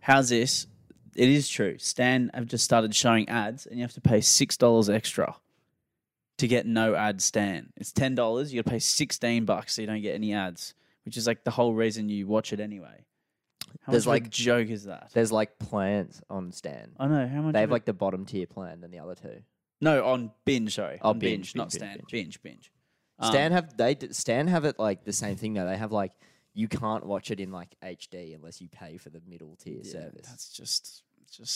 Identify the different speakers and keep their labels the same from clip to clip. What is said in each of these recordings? Speaker 1: How's this? It is true. Stan have just started showing ads, and you have to pay six dollars extra to get no ad Stan. It's ten dollars. You got to pay sixteen bucks so you don't get any ads, which is like the whole reason you watch it anyway. How
Speaker 2: There's
Speaker 1: much like
Speaker 2: like-
Speaker 1: joke is that?
Speaker 2: There's like plans on Stan.
Speaker 1: I know how much
Speaker 2: They have
Speaker 1: of a-
Speaker 2: like the bottom tier plan than the other two.
Speaker 1: no on binge. Sorry,
Speaker 2: Oh,
Speaker 1: on binge,
Speaker 2: binge,
Speaker 1: not
Speaker 2: binge,
Speaker 1: Stan.
Speaker 2: binge,
Speaker 1: Binge, binge. Um,
Speaker 2: Stan have they d- Stan have it like the same thing though. They have like you can't watch it in like HD unless you pay for the middle tier
Speaker 1: yeah,
Speaker 2: service.
Speaker 1: That's just just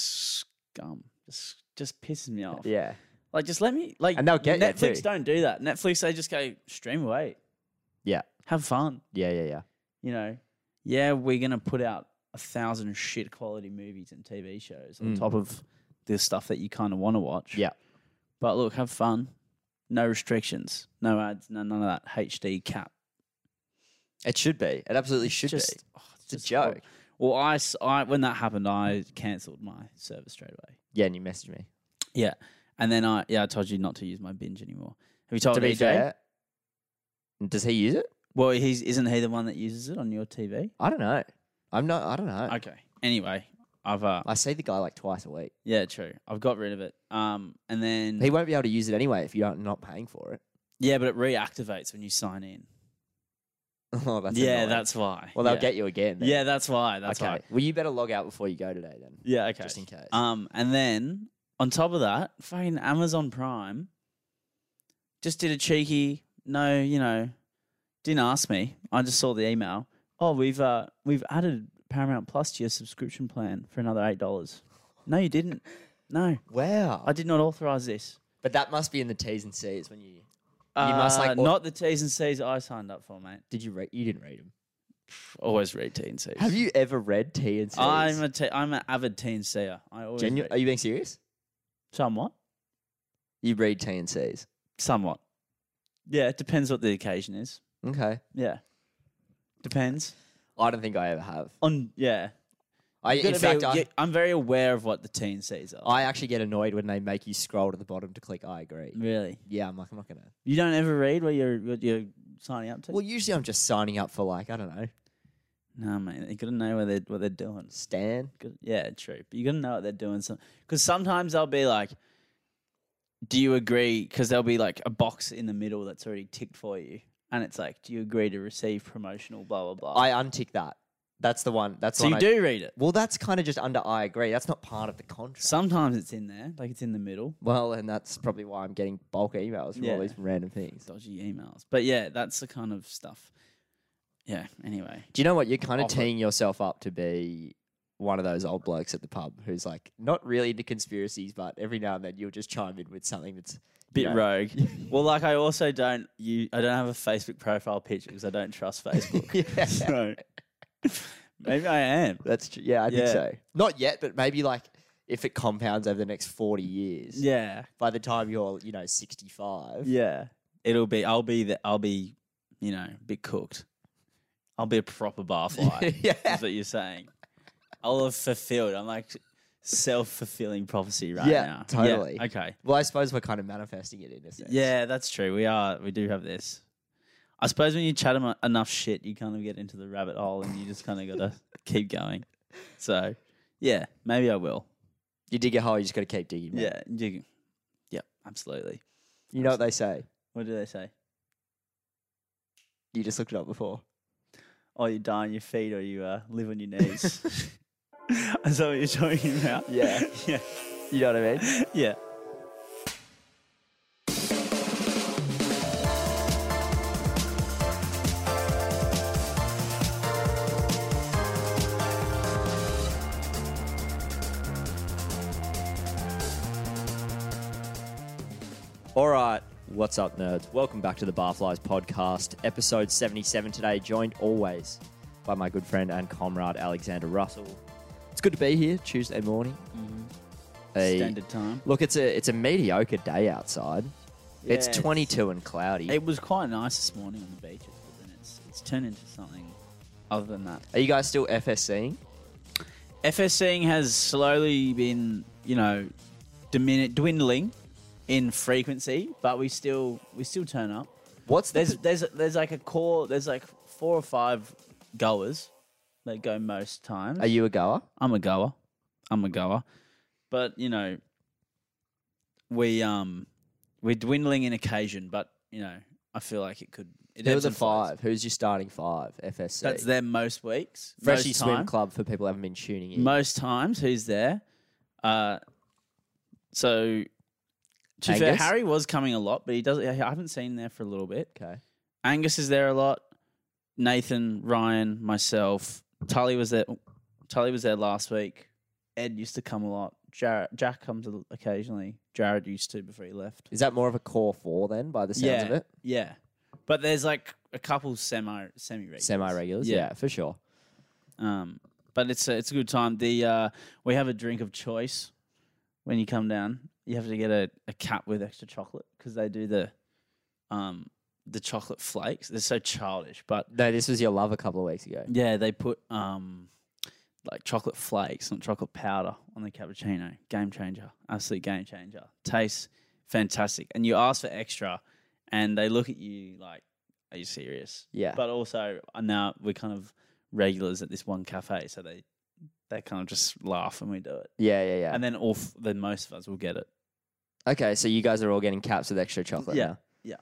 Speaker 1: scum. Just just pisses me off.
Speaker 2: Yeah,
Speaker 1: Like, just let me like.
Speaker 2: And they'll get you
Speaker 1: Netflix.
Speaker 2: too.
Speaker 1: Don't do that. Netflix. They just go stream away.
Speaker 2: Yeah.
Speaker 1: Have fun.
Speaker 2: yeah, yeah, yeah.
Speaker 1: You know. Yeah, we're gonna put out a thousand shit quality movies and TV shows on
Speaker 2: Mm.
Speaker 1: top of the stuff that you kind of want to watch.
Speaker 2: Yeah.
Speaker 1: But look, have fun. No restrictions. No ads. No none of that HD cap.
Speaker 2: It should be. It absolutely should
Speaker 1: just,
Speaker 2: be.
Speaker 1: oh,
Speaker 2: It's a
Speaker 1: just horrible.
Speaker 2: joke.
Speaker 1: Well, I, s- I- when that happened, I cancelled my service straight away.
Speaker 2: Yeah, and you messaged me.
Speaker 1: Yeah, and then I yeah I told you not to use my binge anymore. Have you told
Speaker 2: to be
Speaker 1: EJ?
Speaker 2: fair, does he use it?
Speaker 1: Well, he's isn't he the one that uses it on your TV?
Speaker 2: I don't know. I'm not. I don't know. I,
Speaker 1: Okay. Anyway, I've uh
Speaker 2: see the guy like twice a week.
Speaker 1: yeah true. I've got rid of it. Um, and then
Speaker 2: He won't be able to use it anyway if you're not paying for it.
Speaker 1: yeah, but it reactivates when you sign in.
Speaker 2: oh, that's
Speaker 1: yeah,
Speaker 2: annoying.
Speaker 1: that's why.
Speaker 2: well. They'll
Speaker 1: yeah.
Speaker 2: get you again. Then.
Speaker 1: Yeah, that's why. That's
Speaker 2: okay.
Speaker 1: why.
Speaker 2: Well, you better log out before you go today then,
Speaker 1: Yeah. Okay.
Speaker 2: just in case.
Speaker 1: Um, and then on top of that, fucking Amazon Prime just did a cheeky no, you know, didn't ask me. I just saw the email. Oh, we've uh we've added Paramount Plus to your subscription plan for another eight dollars. No, you didn't. No,
Speaker 2: wow.
Speaker 1: I did not authorize this.
Speaker 2: but that must be in the T's and C's when you. You must, like,
Speaker 1: Uh,
Speaker 2: au-
Speaker 1: not the T's and C's I signed up for, mate.
Speaker 2: Did you read? You didn't read them.
Speaker 1: Always read T and C's.
Speaker 2: Have you ever read T and C's?
Speaker 1: I'm a t- I'm an avid T and C'er. I always
Speaker 2: Genu- Are
Speaker 1: read.
Speaker 2: you being serious?
Speaker 1: somewhat,
Speaker 2: You read T and C's.
Speaker 1: somewhat. Yeah, it depends what the occasion is.
Speaker 2: Okay.
Speaker 1: Yeah. Depends.
Speaker 2: I don't think I ever have.
Speaker 1: On yeah.
Speaker 2: I,
Speaker 1: Gotta
Speaker 2: in
Speaker 1: be-
Speaker 2: fact, I,
Speaker 1: yeah, I'm very aware of what the teen says are.
Speaker 2: I actually get annoyed when they make you scroll to the bottom to click I agree.
Speaker 1: really.
Speaker 2: Yeah, I'm like, I'm not gonna.
Speaker 1: You don't ever read what you're what you're signing up to?
Speaker 2: Well, usually I'm just signing up for like I don't know,
Speaker 1: no, man. You gotta know what they're what they're doing.
Speaker 2: Stan.
Speaker 1: Good- Yeah, true. But you gotta know what they're doing. Some because sometimes they'll be like, "Do you agree?" Because there'll be like a box in the middle that's already ticked for you, and it's like, "Do you agree to receive promotional blah blah blah?"
Speaker 2: I untick that. That's the one. That's
Speaker 1: so
Speaker 2: the
Speaker 1: you
Speaker 2: one I,
Speaker 1: do read it.
Speaker 2: Well, that's kind of just under I agree. That's not part of the contract.
Speaker 1: Sometimes it's in there, like it's in the middle.
Speaker 2: well, and that's probably why I'm getting bulk emails from
Speaker 1: Yeah.
Speaker 2: all these random things.
Speaker 1: dodgy emails. But yeah, that's the kind of stuff. Yeah. Anyway,
Speaker 2: Do you know what? You're kind of
Speaker 1: Offer.
Speaker 2: teeing yourself up to be one of those old blokes at the pub who's like not really into conspiracies, but every now and then you'll just chime in with something that's
Speaker 1: bit
Speaker 2: Yeah.
Speaker 1: rogue. well, like I also don't you I don't have a Facebook profile picture because I don't trust Facebook.
Speaker 2: yeah.
Speaker 1: so maybe I am.
Speaker 2: That's true. Yeah, I think
Speaker 1: Yeah.
Speaker 2: so. Not yet, but maybe like if it compounds over the next forty years.
Speaker 1: Yeah.
Speaker 2: By the time you're, you know, sixty-five.
Speaker 1: Yeah. It'll be I'll be the I'll be you know a bit cooked. I'll be a proper barfly.
Speaker 2: yeah.
Speaker 1: is what you're saying. I'll have fulfilled. I'm like self fulfilling prophecy right
Speaker 2: Yeah,
Speaker 1: now.
Speaker 2: totally.
Speaker 1: Okay.
Speaker 2: Well, I suppose we're kind of manifesting it in a sense.
Speaker 1: Yeah, that's true. We are. We do have this. I suppose when you chat em- enough shit, you kind of get into the rabbit hole, and you just kind of gotta keep going. So, yeah, maybe I will.
Speaker 2: You dig a hole, you just got to keep digging. mate.
Speaker 1: Yeah, you, yeah, absolutely.
Speaker 2: You know what they say.
Speaker 1: What do they say?
Speaker 2: You just looked it up before.
Speaker 1: Oh, you die on your feet, or you uh, live on your knees. Is that what you're talking about?
Speaker 2: Yeah.
Speaker 1: yeah,
Speaker 2: You know what I mean?
Speaker 1: yeah.
Speaker 2: All right. What's up, nerds? Welcome back to the Barflies podcast, episode 77 today, joined always by my good friend and comrade, Alexander Russell. It's good to be here Tuesday morning. Hey.
Speaker 1: Mm-hmm. Standard time.
Speaker 2: Look, it's a it's a mediocre day outside. It's
Speaker 1: Yes.
Speaker 2: 22 and cloudy.
Speaker 1: It was quite nice this morning on the beaches, but then it's it's turned into something other than that.
Speaker 2: Are you guys still FSCing?
Speaker 1: FSing has slowly been, you know, dimin- dwindling in frequency, but we still we still turn up.
Speaker 2: What's
Speaker 1: There's
Speaker 2: this?
Speaker 1: there's there's like a core. There's like four or five goers that go most times.
Speaker 2: Are you a goer?
Speaker 1: I'm a goer. I'm a goer. But you know, we um we're dwindling in occasion, but you know, I feel like it could. It
Speaker 2: Who are
Speaker 1: ebbs
Speaker 2: the
Speaker 1: and flows.
Speaker 2: five? Who's your starting five? FSC.
Speaker 1: That's there most weeks.
Speaker 2: Freshie
Speaker 1: most
Speaker 2: Swim
Speaker 1: time-
Speaker 2: Club for people who haven't been tuning in.
Speaker 1: Most times, who's there? Uh, so to be fair,
Speaker 2: Angus?
Speaker 1: Harry was coming a lot, but he doesn't. I haven't seen him there for a little bit.
Speaker 2: okay.
Speaker 1: Angus is there a lot. Nathan, Ryan, myself, Tully was there. Tully was there last week. Ed used to come a lot. Jar Jack comes a- occasionally. Jared used to before he left.
Speaker 2: Is that more of a core four then, by the sounds
Speaker 1: yeah,
Speaker 2: of it?
Speaker 1: yeah. But there's like a couple semi semi regulars.
Speaker 2: Semi regulars,
Speaker 1: Yeah.
Speaker 2: yeah. for sure.
Speaker 1: Um, but it's a, it's a good time. The uh, we have a drink of choice when you come down. You have to get a, a cup with extra chocolate because they do the um the chocolate flakes. They're so childish, but
Speaker 2: No, this was your love a couple of weeks ago.
Speaker 1: yeah, they put um like chocolate flakes, not chocolate powder, on the cappuccino. Game changer, absolute game changer. Tastes fantastic, and you ask for extra, and they look at you like, "Are you serious?"
Speaker 2: Yeah.
Speaker 1: But also uh, now we're kind of regulars at this one cafe, so they they kind of just laugh when we do it,
Speaker 2: yeah, yeah, yeah.
Speaker 1: and then all f- then most of us will get it.
Speaker 2: okay, so you guys are all getting caps with extra chocolate.
Speaker 1: Yeah,
Speaker 2: now.
Speaker 1: yeah.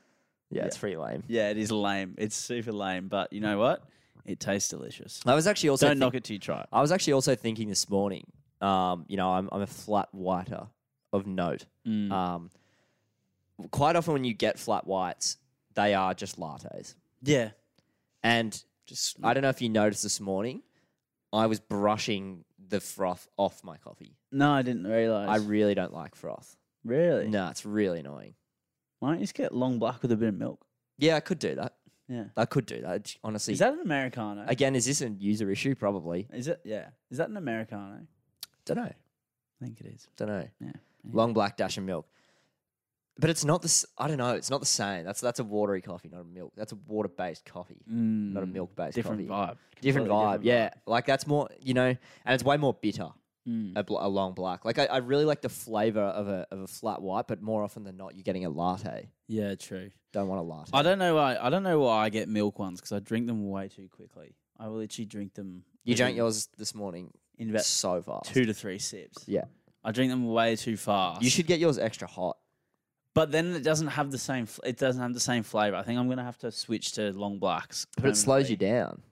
Speaker 2: Yeah, it's pretty lame.
Speaker 1: Yeah, it is lame. It's super lame, but you know what? It tastes delicious.
Speaker 2: I was actually also
Speaker 1: Don't
Speaker 2: think-
Speaker 1: knock it till you try it.
Speaker 2: I was actually also thinking this morning, um, you know, I'm, I'm a flat whiter of note.
Speaker 1: Mm.
Speaker 2: Um, quite often when you get flat whites, they are just lattes.
Speaker 1: yeah,
Speaker 2: And
Speaker 1: just
Speaker 2: I don't know if you noticed this morning, I was brushing the froth off my coffee.
Speaker 1: no, I didn't realize.
Speaker 2: I really don't like froth.
Speaker 1: Really?
Speaker 2: No, it's really annoying.
Speaker 1: Why don't you just get long black with a bit of milk?
Speaker 2: Yeah, I could do that.
Speaker 1: Yeah.
Speaker 2: I could do that. It's- Honestly,
Speaker 1: Is that an Americano?
Speaker 2: again, is this a user issue? Probably.
Speaker 1: is it? Yeah. Is that an Americano? I
Speaker 2: Don't know.
Speaker 1: think it is.
Speaker 2: Don't know.
Speaker 1: Yeah.
Speaker 2: Long black dash and milk. But it's not this. I don't know. It's not the same. That's that's a watery coffee, not a milk. That's a water based coffee, not a milk based
Speaker 1: Mm. Hmm.
Speaker 2: coffee.
Speaker 1: Different vibe.
Speaker 2: Different
Speaker 1: Completely
Speaker 2: vibe. Yeah, like that's more. You know, and it's way more bitter.
Speaker 1: Mm.
Speaker 2: a, bl- a long black. Like I, I really like the flavor of a of a flat white, but more often than not, you're getting a latte.
Speaker 1: Yeah, true.
Speaker 2: Don't want a latte.
Speaker 1: I don't know why. I don't know why I get milk ones because I drink them way too quickly. I will literally drink them.
Speaker 2: you
Speaker 1: within-
Speaker 2: drank yours this morning
Speaker 1: in about
Speaker 2: so fast.
Speaker 1: two to three sips.
Speaker 2: Yeah.
Speaker 1: I drink them way too fast.
Speaker 2: You should get yours extra hot.
Speaker 1: but then it doesn't have the same. fl- It doesn't have the same flavor. I think I'm gonna have to switch to long blacks. Um,
Speaker 2: But it slows you down.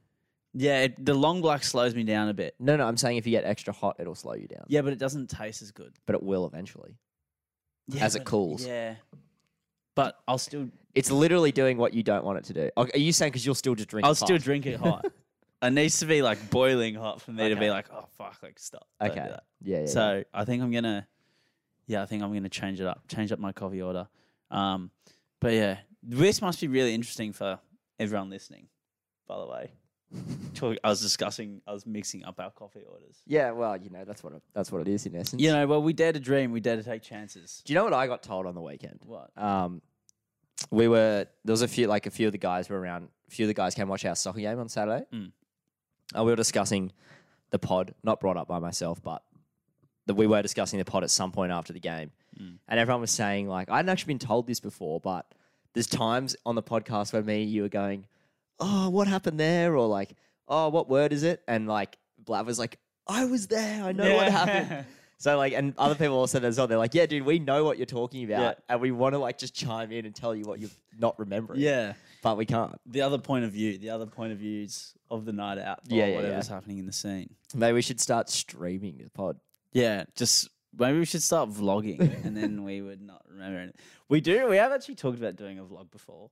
Speaker 1: Yeah, it, the long black slows me down a bit.
Speaker 2: No, no, I'm saying if you get extra hot, it'll slow you down.
Speaker 1: Yeah, but it doesn't taste as good.
Speaker 2: But it will eventually.
Speaker 1: Yeah,
Speaker 2: as it
Speaker 1: but-
Speaker 2: cools.
Speaker 1: Yeah. But I'll still
Speaker 2: It's literally doing what you don't want it to do. Okay, Are you saying because you'll still just drink?
Speaker 1: I'll
Speaker 2: it
Speaker 1: still
Speaker 2: hot?
Speaker 1: drink it hot. it needs to be like boiling hot for me to be
Speaker 2: Okay.
Speaker 1: like, oh fuck, like stop. don't do
Speaker 2: Okay.
Speaker 1: that."
Speaker 2: Yeah. yeah yeah.
Speaker 1: So I think I'm gonna Yeah, I think I'm gonna change it up, change up my coffee order. Um but yeah. This must be really interesting for everyone listening, by the way. Talk, I was discussing I was mixing up our coffee orders.
Speaker 2: Yeah. Well, you know that's what it, that's what it is in essence.
Speaker 1: You know, well we dare to dream, we dare to take chances.
Speaker 2: Do you know what I got told on the weekend?
Speaker 1: What?
Speaker 2: um, we were there was a few like a few of the guys were around. A few of the guys came watch our soccer game on Saturday.
Speaker 1: Mm.
Speaker 2: Uh, we were discussing the pod, not brought up by myself, but that we were discussing the pod at some point after the game,
Speaker 1: Mm.
Speaker 2: and everyone was saying like I hadn't actually been told this before, but there's times on the podcast where me and you were going, "Oh, what happened there?" or like, "Oh, what word is it?" and like Blav was like, "I was there. I know what happened." So like, and other people also said that as well. They're like, yeah, dude, we know what you're talking about,
Speaker 1: Yeah.
Speaker 2: and we want to like just chime in and tell you what you're not remembering.
Speaker 1: Yeah.
Speaker 2: but we can't.
Speaker 1: the other point of view, the other point of views of the night out,
Speaker 2: Yeah,
Speaker 1: yeah,
Speaker 2: yeah,
Speaker 1: whatever's happening in the scene.
Speaker 2: Maybe we should start streaming the pod.
Speaker 1: Yeah, just maybe we should start vlogging, and then we would not remember. Anything. We do. We have actually talked about doing a vlog before.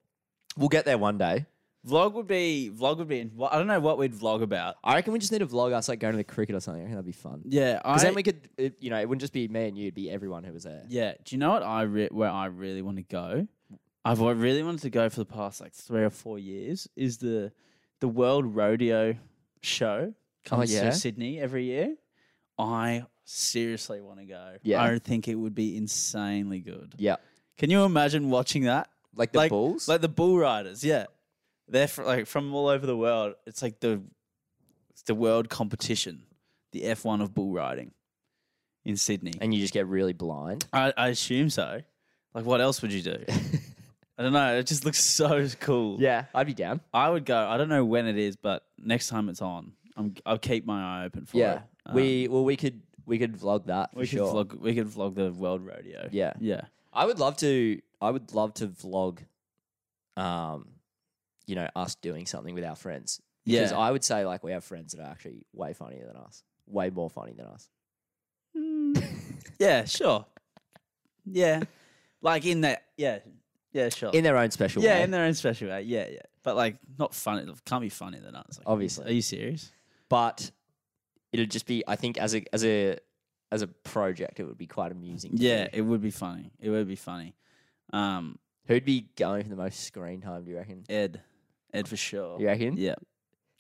Speaker 2: We'll get there one day.
Speaker 1: Vlog would be vlog would be. I don't know what we'd vlog about.
Speaker 2: I reckon we just need to vlog us like going to the cricket or something. I reckon that'd be fun.
Speaker 1: Yeah, I.
Speaker 2: Because then we could, it, you know, it wouldn't just be me and you; it'd be everyone who was there.
Speaker 1: yeah, do you know what I re- where I really want to go? I've wa- really wanted to go for the past like three or four years. Is the the World Rodeo Show comes
Speaker 2: yeah?
Speaker 1: to Sydney every year? I seriously want to go.
Speaker 2: Yeah.
Speaker 1: I think it would be insanely good.
Speaker 2: Yeah,
Speaker 1: Can you imagine watching that?
Speaker 2: like the
Speaker 1: Like-
Speaker 2: bulls.
Speaker 1: Like the bull riders, yeah. They're fr- like from all over the world. It's like the it's the world competition, the F1 of bull riding in Sydney.
Speaker 2: and you just get really blind.
Speaker 1: I, I assume so. Like what else would you do? I don't know. It just looks so cool.
Speaker 2: yeah, I'd be down.
Speaker 1: I would go. I don't know when it is, but next time it's on, I'm, I'll keep my eye open for
Speaker 2: yeah,
Speaker 1: it. Um,
Speaker 2: we well we could we could vlog that for
Speaker 1: we could
Speaker 2: sure.
Speaker 1: vlog we could vlog the world rodeo.
Speaker 2: Yeah,
Speaker 1: yeah.
Speaker 2: I would love to. I would love to vlog, um, you know, us doing something with our friends. Because
Speaker 1: Yeah.
Speaker 2: I would say like we have friends that are actually way funnier than us, way more funny than us.
Speaker 1: yeah, sure. Yeah. Like in that yeah. Yeah, sure.
Speaker 2: in their own special
Speaker 1: yeah,
Speaker 2: way.
Speaker 1: in their own special way. Yeah, yeah. But like not funny can't be funnier than us. Like, are you-
Speaker 2: Obviously.
Speaker 1: Are you serious?
Speaker 2: but it'll just be, I think, as a as a as a project, it would be quite amusing. to
Speaker 1: Yeah,
Speaker 2: do.
Speaker 1: it would be funny. It would be funny. Um
Speaker 2: who'd be going for the most screen time? Do you reckon?
Speaker 1: Ed. Ed for sure.
Speaker 2: You reckon?
Speaker 1: Yeah.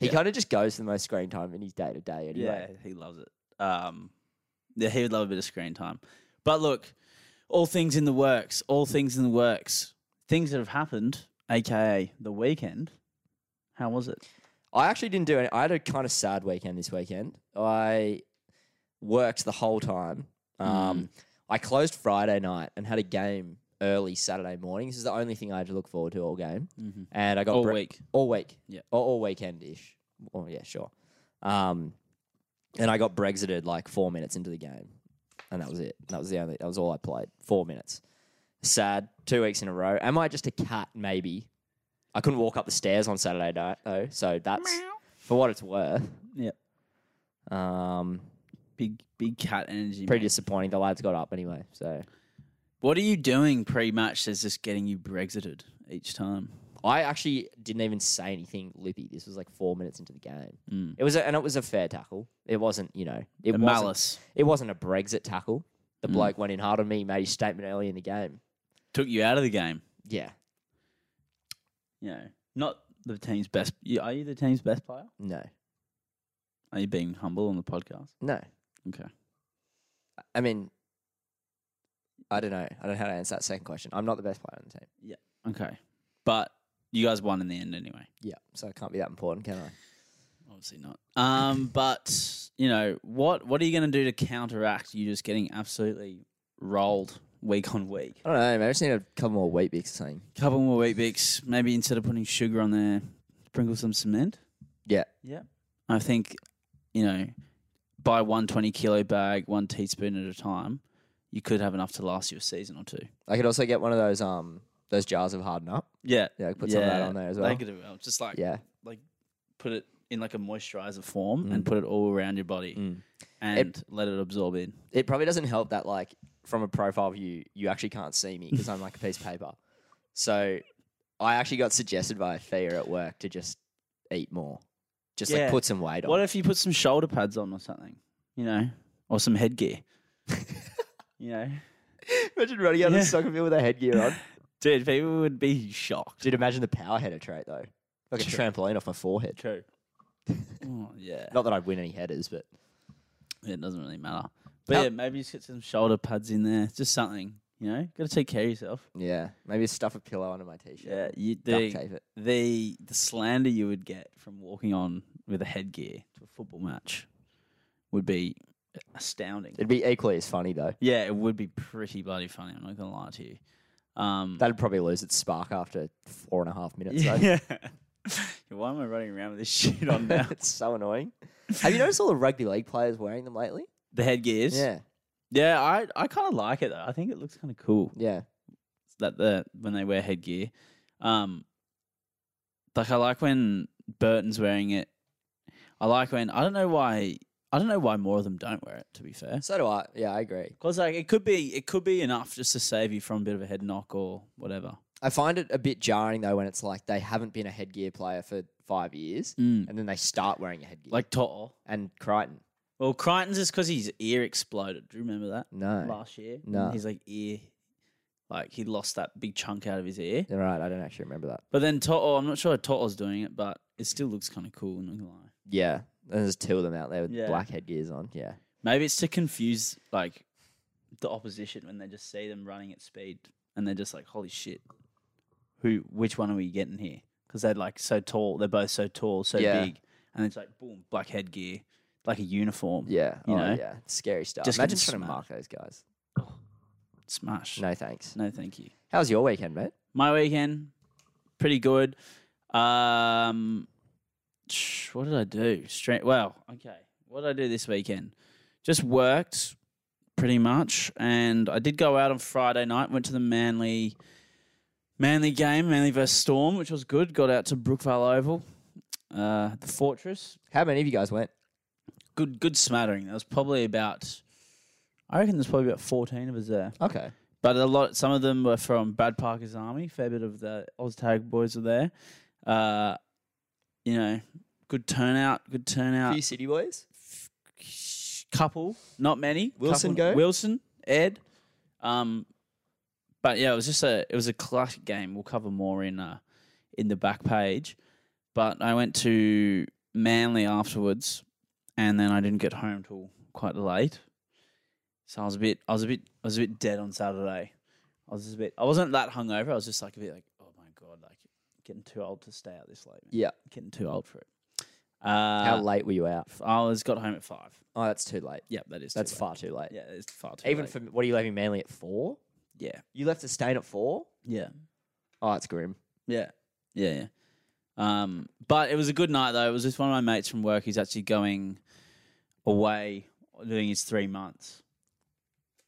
Speaker 2: He
Speaker 1: yeah.
Speaker 2: kind of just goes for the most screen time in his day to day.
Speaker 1: Yeah,
Speaker 2: Anyway,
Speaker 1: he loves it. Um, yeah, he would love a bit of screen time. But look, all things in the works. All things in the works. Things that have happened, aka the weekend. How was it?
Speaker 2: I actually didn't do any. I had a kind of sad weekend this weekend. I worked the whole time. Um, I closed Friday night and had a game early Saturday morning. This is the only thing I had to look forward to all game,
Speaker 1: Mm-hmm.
Speaker 2: and I got
Speaker 1: All
Speaker 2: bre-
Speaker 1: week.
Speaker 2: all week,
Speaker 1: Yeah.
Speaker 2: or all weekend ish. Oh yeah, sure. Um, and I got Brexited like four minutes into the game, and that was it. That was the only. That was all I played. Four minutes. Sad. Two weeks in a row. Am I just a cat? Maybe. I couldn't walk up the stairs on Saturday night though, so that's for what it's worth.
Speaker 1: Yep.
Speaker 2: Um,
Speaker 1: Big big cat energy.
Speaker 2: pretty
Speaker 1: mate.
Speaker 2: disappointing. The lads got up anyway, so
Speaker 1: What are you doing pre-match? That's just getting you Brexited each time.
Speaker 2: I actually didn't even say anything lippy. This was like four minutes into the game.
Speaker 1: Mm.
Speaker 2: It was, a, and it was a fair tackle. It wasn't, you know, it
Speaker 1: The
Speaker 2: wasn't,
Speaker 1: malice
Speaker 2: It wasn't a Brexit tackle. The
Speaker 1: Mm.
Speaker 2: bloke went in hard on me, made his statement early in the game.
Speaker 1: took you out of the game.
Speaker 2: Yeah,
Speaker 1: You know, not the team's best. You, are you the team's best player?
Speaker 2: no,
Speaker 1: Are you being humble on the podcast?
Speaker 2: no.
Speaker 1: Okay.
Speaker 2: I mean, I don't know. I don't know how to answer that second question. I'm not the best player on the team.
Speaker 1: Okay. But you guys won in the end anyway.
Speaker 2: Yeah, so I can't be that important, can I?
Speaker 1: Obviously not. Um, but you know what? What are you going to do to counteract you just getting absolutely rolled week on week?
Speaker 2: I don't know. Maybe I just need a couple more wheat bix or something.
Speaker 1: Couple more wheat bix. Maybe instead of putting sugar on there, sprinkle some cement.
Speaker 2: Yeah.
Speaker 1: Yeah. I think you know, buy one twenty kilo bag, one teaspoon at a time. You could have enough to last you a season or two.
Speaker 2: I could also get one of those um those jars of harden up.
Speaker 1: Yeah.
Speaker 2: Yeah, put some of that on there as well.
Speaker 1: They could do well. um, Just like
Speaker 2: Yeah,
Speaker 1: put it in like a moisturizer form
Speaker 2: Mm.
Speaker 1: and put it all around your body
Speaker 2: Mm.
Speaker 1: and let it absorb in.
Speaker 2: it probably doesn't help that like from a profile view you actually can't see me because I'm like a piece of paper. So I actually got suggested by a fear at work to just eat more, just
Speaker 1: Yeah.
Speaker 2: like put some weight on.
Speaker 1: What if you put some shoulder pads on or something, you know, or some headgear, you know?
Speaker 2: imagine running out of
Speaker 1: Yeah.
Speaker 2: the soccer field with a headgear on.
Speaker 1: Dude, people would be shocked.
Speaker 2: Dude, imagine the power header trait though, like a
Speaker 1: True.
Speaker 2: trampoline off my forehead.
Speaker 1: True. Oh, yeah.
Speaker 2: Not that I'd win any headers, but
Speaker 1: It doesn't really matter. But
Speaker 2: How-
Speaker 1: yeah, maybe just get some shoulder pads in there, just something, you know? Got to take care of yourself.
Speaker 2: yeah, maybe stuff a pillow under my t-shirt.
Speaker 1: Yeah, you,
Speaker 2: duct
Speaker 1: the,
Speaker 2: tape it.
Speaker 1: the the slander you would get from walking on with a headgear to a football match would be astounding.
Speaker 2: It'd be equally as funny though.
Speaker 1: Yeah, it would be pretty bloody funny. I'm not gonna lie to you. Um,
Speaker 2: That'd probably lose its spark after four and a half minutes. though.
Speaker 1: yeah. Why am I running around with this shit on now?
Speaker 2: it's so annoying. Have you noticed all the rugby league players wearing them lately?
Speaker 1: the headgears.
Speaker 2: Yeah,
Speaker 1: Yeah, I, I kind of like it though. I think it looks kind of cool
Speaker 2: yeah.
Speaker 1: that the when they wear headgear. Um, like I like when Burton's wearing it. I like when I don't know why I don't know why more of them don't wear it. To be fair,
Speaker 2: So do I. Yeah, I agree.
Speaker 1: because like it could be it could be enough just to save you from a bit of a head knock or whatever.
Speaker 2: I find it a bit jarring though when it's like they haven't been a headgear player for five years
Speaker 1: Mm.
Speaker 2: and then they start wearing a headgear.
Speaker 1: Like Toto.
Speaker 2: and Crichton,
Speaker 1: Well, Crichton's is because his ear exploded. Do you remember that?
Speaker 2: no,
Speaker 1: last year.
Speaker 2: No.
Speaker 1: He's like ear, like he lost that big chunk out of his ear.
Speaker 2: You're right. I don't actually remember that.
Speaker 1: But then Toto, I'm not sure Toto's doing it, but it still looks kind of cool. Not gonna lie.
Speaker 2: Yeah, and there's two of them out there with
Speaker 1: Yeah.
Speaker 2: black headgears on. Yeah,
Speaker 1: Maybe it's to confuse like the opposition when they just see them running at speed and they're just like, "Holy shit, who? Which one are we getting here?" Because they're like so tall. They're both so tall, so
Speaker 2: Yeah.
Speaker 1: big, and it's like boom, black headgear, like a uniform.
Speaker 2: yeah,
Speaker 1: You
Speaker 2: oh,
Speaker 1: know?
Speaker 2: yeah. Scary stuff.
Speaker 1: Just
Speaker 2: Imagine
Speaker 1: get
Speaker 2: trying to mark
Speaker 1: smashed.
Speaker 2: those guys.
Speaker 1: Smash.
Speaker 2: No thanks.
Speaker 1: no, thank you.
Speaker 2: How was your weekend, mate?
Speaker 1: my weekend pretty good um Sh- What did I do? Straight. Well, okay. What did I do this weekend? Just worked, pretty much, and I did go out on Friday night. Went to the Manly, Manly game, Manly versus Storm, which was good. Got out to Brookvale Oval, uh, the Fortress.
Speaker 2: How many of you guys went?
Speaker 1: Good, good smattering. There was probably about, I reckon there's probably about fourteen of us there.
Speaker 2: Okay.
Speaker 1: But a lot, some of them were from Brad Parker's army. Fair bit of the Oztag boys were there. Uh, you know, good turnout, good turnout.
Speaker 2: Few city boys.
Speaker 1: Couple, not many.
Speaker 2: Wilson
Speaker 1: Couple-
Speaker 2: go?
Speaker 1: Wilson, Ed. Um, but yeah, it was just a, it was a classic game. We'll cover more in, uh, in the back page. But I went to Manly afterwards, and then I didn't get home till quite late. So I was a bit, I was a bit, I was a bit dead on Saturday. I was just a bit, I wasn't that hungover. I was just like a bit like, oh my god, like getting too old to stay out this late. man.
Speaker 2: Yeah.
Speaker 1: Getting too old for it.
Speaker 2: How
Speaker 1: Uh,
Speaker 2: late were you out?
Speaker 1: I was got home at five.
Speaker 2: Oh, that's too late.
Speaker 1: Yep, that is.
Speaker 2: That's
Speaker 1: too late.
Speaker 2: far too late.
Speaker 1: Yeah, it's far too.
Speaker 2: Even
Speaker 1: late.
Speaker 2: for what are you leaving Manly at four?
Speaker 1: yeah,
Speaker 2: You left the stain at four?
Speaker 1: yeah,
Speaker 2: Oh, it's grim.
Speaker 1: yeah, yeah, yeah. Um, but it was a good night though. It was with one of my mates from work. He's actually going away, doing his three months.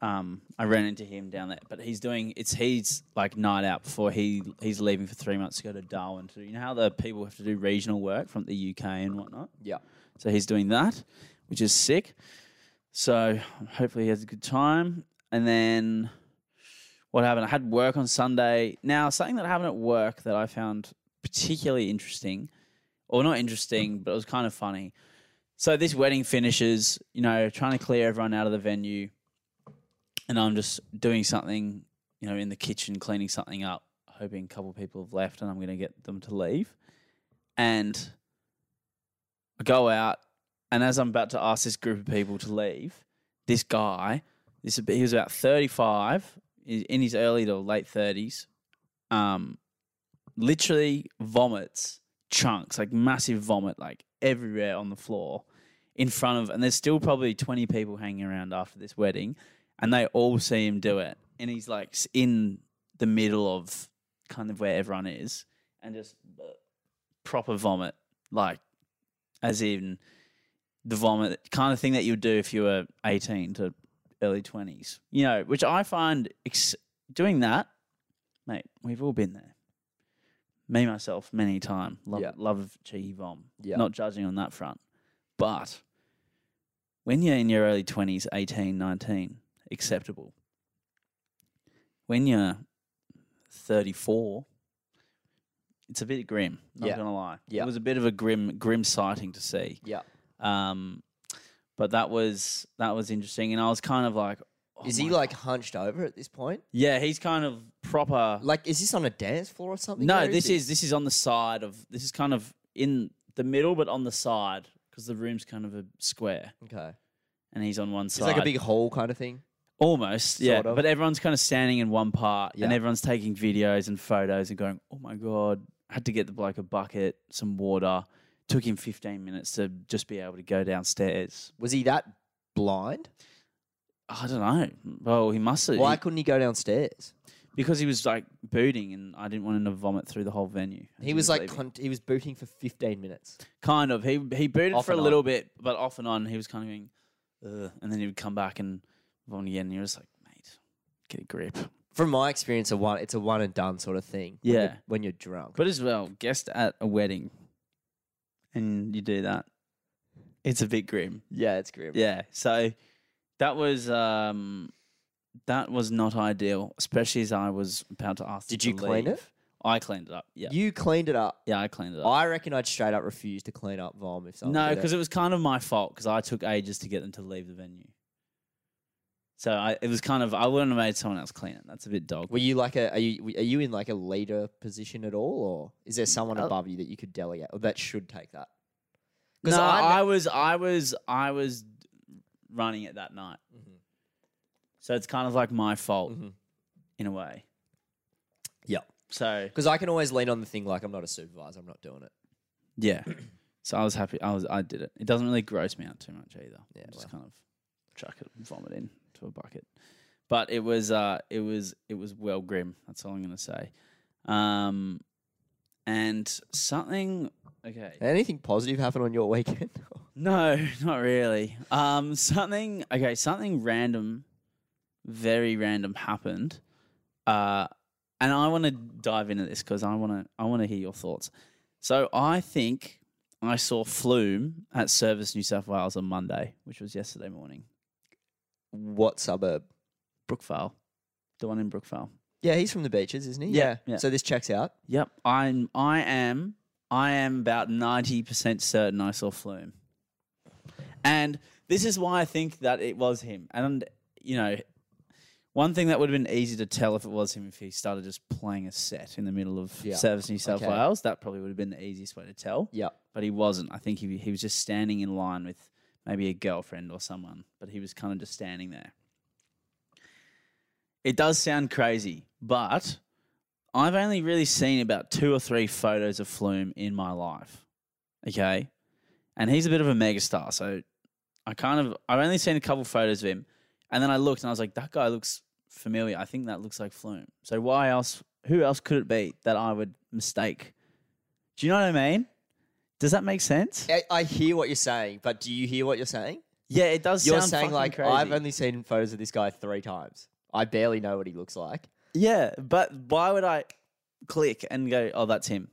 Speaker 1: Um, I ran into him down there, but he's doing it's he's like night out before he he's leaving for three months to go to Darwin to you know how the people have to do regional work from the UK and whatnot.
Speaker 2: Yeah.
Speaker 1: So he's doing that, which is sick. So hopefully he has a good time. And then what happened? I had work on Sunday. Now, something that happened at work that I found particularly interesting, or not interesting, but it was kind of funny. So this wedding finishes, you know, trying to clear everyone out of the venue. And I'm just doing something, you know, in the kitchen, cleaning something up, hoping a couple people have left and I'm going to get them to leave. And I go out, and as I'm about to ask this group of people to leave, this guy, this he was about 35, i- in his early to late 30s, um, literally vomits chunks, like massive vomit, like everywhere on the floor, in front of, and there's still probably 20 people hanging around after this wedding, and they all see him do it, and he's like s- in the middle of kind of where everyone is, and just uh, proper vomit, like as in the vomit kind of thing that you would do if you were 18 to early 20s, you know, which I find ex- doing that, mate, we've all been there. Me, myself, many time. Love,
Speaker 2: Yeah.
Speaker 1: love of cheeky vom.
Speaker 2: Yeah.
Speaker 1: Not judging on that front. But when you're in your early 20s, 18, 19, acceptable. When you're 34, it's a bit grim, not
Speaker 2: Yeah.
Speaker 1: going to lie.
Speaker 2: Yeah.
Speaker 1: It was a bit of a grim, grim sighting to see.
Speaker 2: Yeah.
Speaker 1: Um, but that was that was interesting, and I was kind of like, oh
Speaker 2: is
Speaker 1: my
Speaker 2: he
Speaker 1: God.
Speaker 2: like hunched over at this point?
Speaker 1: Yeah, he's kind of proper.
Speaker 2: Like, is this on a dance floor or something?
Speaker 1: No,
Speaker 2: Where
Speaker 1: this
Speaker 2: he?
Speaker 1: is this is on the side of this is kind of in the middle, but on the side because the room's kind of a square,
Speaker 2: Okay.
Speaker 1: and he's on one
Speaker 2: It's
Speaker 1: side.
Speaker 2: like a big hole kind of thing.
Speaker 1: Almost, yeah.
Speaker 2: Sort of.
Speaker 1: But everyone's kind of standing in one part, and
Speaker 2: Yeah.
Speaker 1: everyone's taking videos and photos and going, "Oh my god!" Had to get the bloke a bucket, some water. Took him fifteen minutes to just be able to go downstairs.
Speaker 2: Was he that blind?
Speaker 1: I don't know. Well, he must have
Speaker 2: Why couldn't he go downstairs?
Speaker 1: because he was like booting, and I didn't want him to vomit through the whole venue. as
Speaker 2: He was like
Speaker 1: leaving.
Speaker 2: con- he was booting for 15 minutes.
Speaker 1: kind of he he booted
Speaker 2: Off
Speaker 1: for a
Speaker 2: and on.
Speaker 1: little bit, but off and on he was kind of going, Ugh. and then he would come back and vomit again. And you're just like, mate, get a grip.
Speaker 2: From my experience, a one it's a one and done sort of thing. when you're-
Speaker 1: Yeah.
Speaker 2: when you're drunk.
Speaker 1: But as well, guest at a wedding, and you do that, it's a bit grim.
Speaker 2: yeah, it's grim.
Speaker 1: Yeah. So that was um that was not ideal, especially as I was about to ask. them
Speaker 2: Did you
Speaker 1: to
Speaker 2: clean it?
Speaker 1: leave. I cleaned it up. Yeah.
Speaker 2: You cleaned it up.
Speaker 1: yeah, I cleaned it up.
Speaker 2: I reckon I'd straight up refuse to clean up vom if someone
Speaker 1: No,
Speaker 2: did it.
Speaker 1: because it was kind of my fault because I took ages to get them to leave the venue. So I, it was kind of I wouldn't have made someone else clean it. That's a bit dog.
Speaker 2: Were you like a are you are you in like a leader position at all, or is there someone
Speaker 1: Uh,
Speaker 2: above you that you could delegate or that should take that?
Speaker 1: No,
Speaker 2: I'm-
Speaker 1: I was I was I was running it that night.
Speaker 2: Mhm.
Speaker 1: So it's kind of like my fault
Speaker 2: Mhm.
Speaker 1: in a way.
Speaker 2: Yep.
Speaker 1: So
Speaker 2: Because I can always lean on the thing like I'm not a supervisor, I'm not doing it.
Speaker 1: yeah. So I was happy. I was I did it. It doesn't really gross me out too much either.
Speaker 2: Yeah,
Speaker 1: just
Speaker 2: well.
Speaker 1: kind of chuck it, vomit in to a bucket. But it was uh, it was it was well grim. That's all I'm gonna say. Um, and something. Okay.
Speaker 2: Anything positive happen on your weekend?
Speaker 1: No, not really. Um, something okay, something random, very random happened. Uh, and I want to dive into this because I want to I want to hear your thoughts. So I think I saw Flume at Service New South Wales on Monday, which was yesterday morning.
Speaker 2: what suburb?
Speaker 1: Brookvale, the one in Brookvale.
Speaker 2: Yeah, he's from the beaches, isn't he?
Speaker 1: Yeah, yeah.
Speaker 2: So this checks out.
Speaker 1: Yep, I'm I am I am about ninety percent certain I saw Flume, and this is why I think that it was him. And you know, one thing that would have been easy to tell if it was him if he started just playing a set in the middle of
Speaker 2: Yeah.
Speaker 1: Service New South
Speaker 2: Okay.
Speaker 1: Wales, that probably would have been the easiest way to tell.
Speaker 2: Yeah.
Speaker 1: But he wasn't. I think he he was just standing in line with maybe a girlfriend or someone, but he was kind of just standing there. It does sound crazy, but I've only really seen about two or three photos of Flume in my life. Okay? And he's a bit of a megastar, so I kind of I've only seen a couple photos of him. And then I looked and I was like, that guy looks familiar. I think that looks like Flume. So why else who else could it be that I would mistake? Do you know what I mean? Does that make sense?
Speaker 2: I, I hear what you're saying, but do you hear what you're saying?
Speaker 1: Yeah, it does
Speaker 2: You're
Speaker 1: sound
Speaker 2: saying
Speaker 1: fucking
Speaker 2: like
Speaker 1: crazy.
Speaker 2: I've only seen photos of this guy three times. I barely know what he looks like.
Speaker 1: Yeah, but why would I click and go, oh, that's him?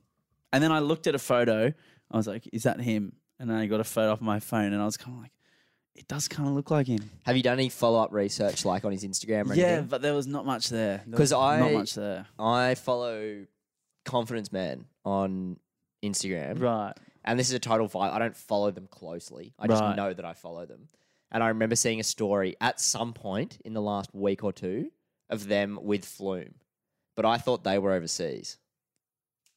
Speaker 1: And then I looked at a photo. I was like, is that him? And then I got a photo off my phone and I was kind of like, it does kind of look like him.
Speaker 2: Have you done any follow up research like on his Instagram or
Speaker 1: Yeah,
Speaker 2: anything?
Speaker 1: but there was not much there. There
Speaker 2: 'Cause
Speaker 1: was Not
Speaker 2: I-
Speaker 1: much there.
Speaker 2: I follow Confidence Man on Instagram.
Speaker 1: Right.
Speaker 2: And this is a title five. I don't follow them closely. I just
Speaker 1: Right.
Speaker 2: know that I follow them. And I remember seeing a story at some point in the last week or two of them with Flume. But I thought they were overseas.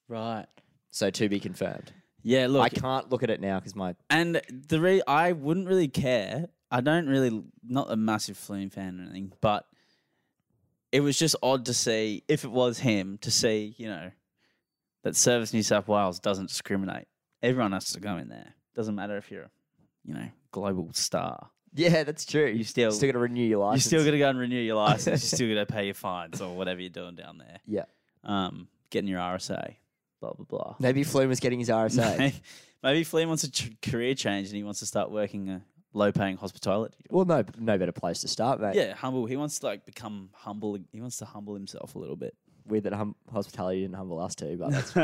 Speaker 1: Right.
Speaker 2: So to be confirmed.
Speaker 1: Yeah, look.
Speaker 2: I can't look at it now because my
Speaker 1: And the re- I wouldn't really care. I don't really not a massive Flume fan or anything, but it was just odd to see if it was him to see you know that Service New South Wales doesn't discriminate. Everyone has to go in there. Doesn't matter if you're you know global star.
Speaker 2: Yeah, that's true.
Speaker 1: You still-
Speaker 2: still gotta renew your
Speaker 1: You're
Speaker 2: license.
Speaker 1: still gonna go and renew your license. You're still gonna pay your fines or whatever you're doing down there.
Speaker 2: Yeah.
Speaker 1: Um, getting your RSA. Blah blah blah.
Speaker 2: Maybe Flume was getting his RSA.
Speaker 1: Maybe, maybe Flynn wants a ch- career change and he wants to start working a low-paying hospitality. job.
Speaker 2: well, no no better place to start, mate.
Speaker 1: Yeah, humble. He wants to like become humble. He wants to humble himself a little bit.
Speaker 2: Weird that hum- hospitality didn't humble us too, but that's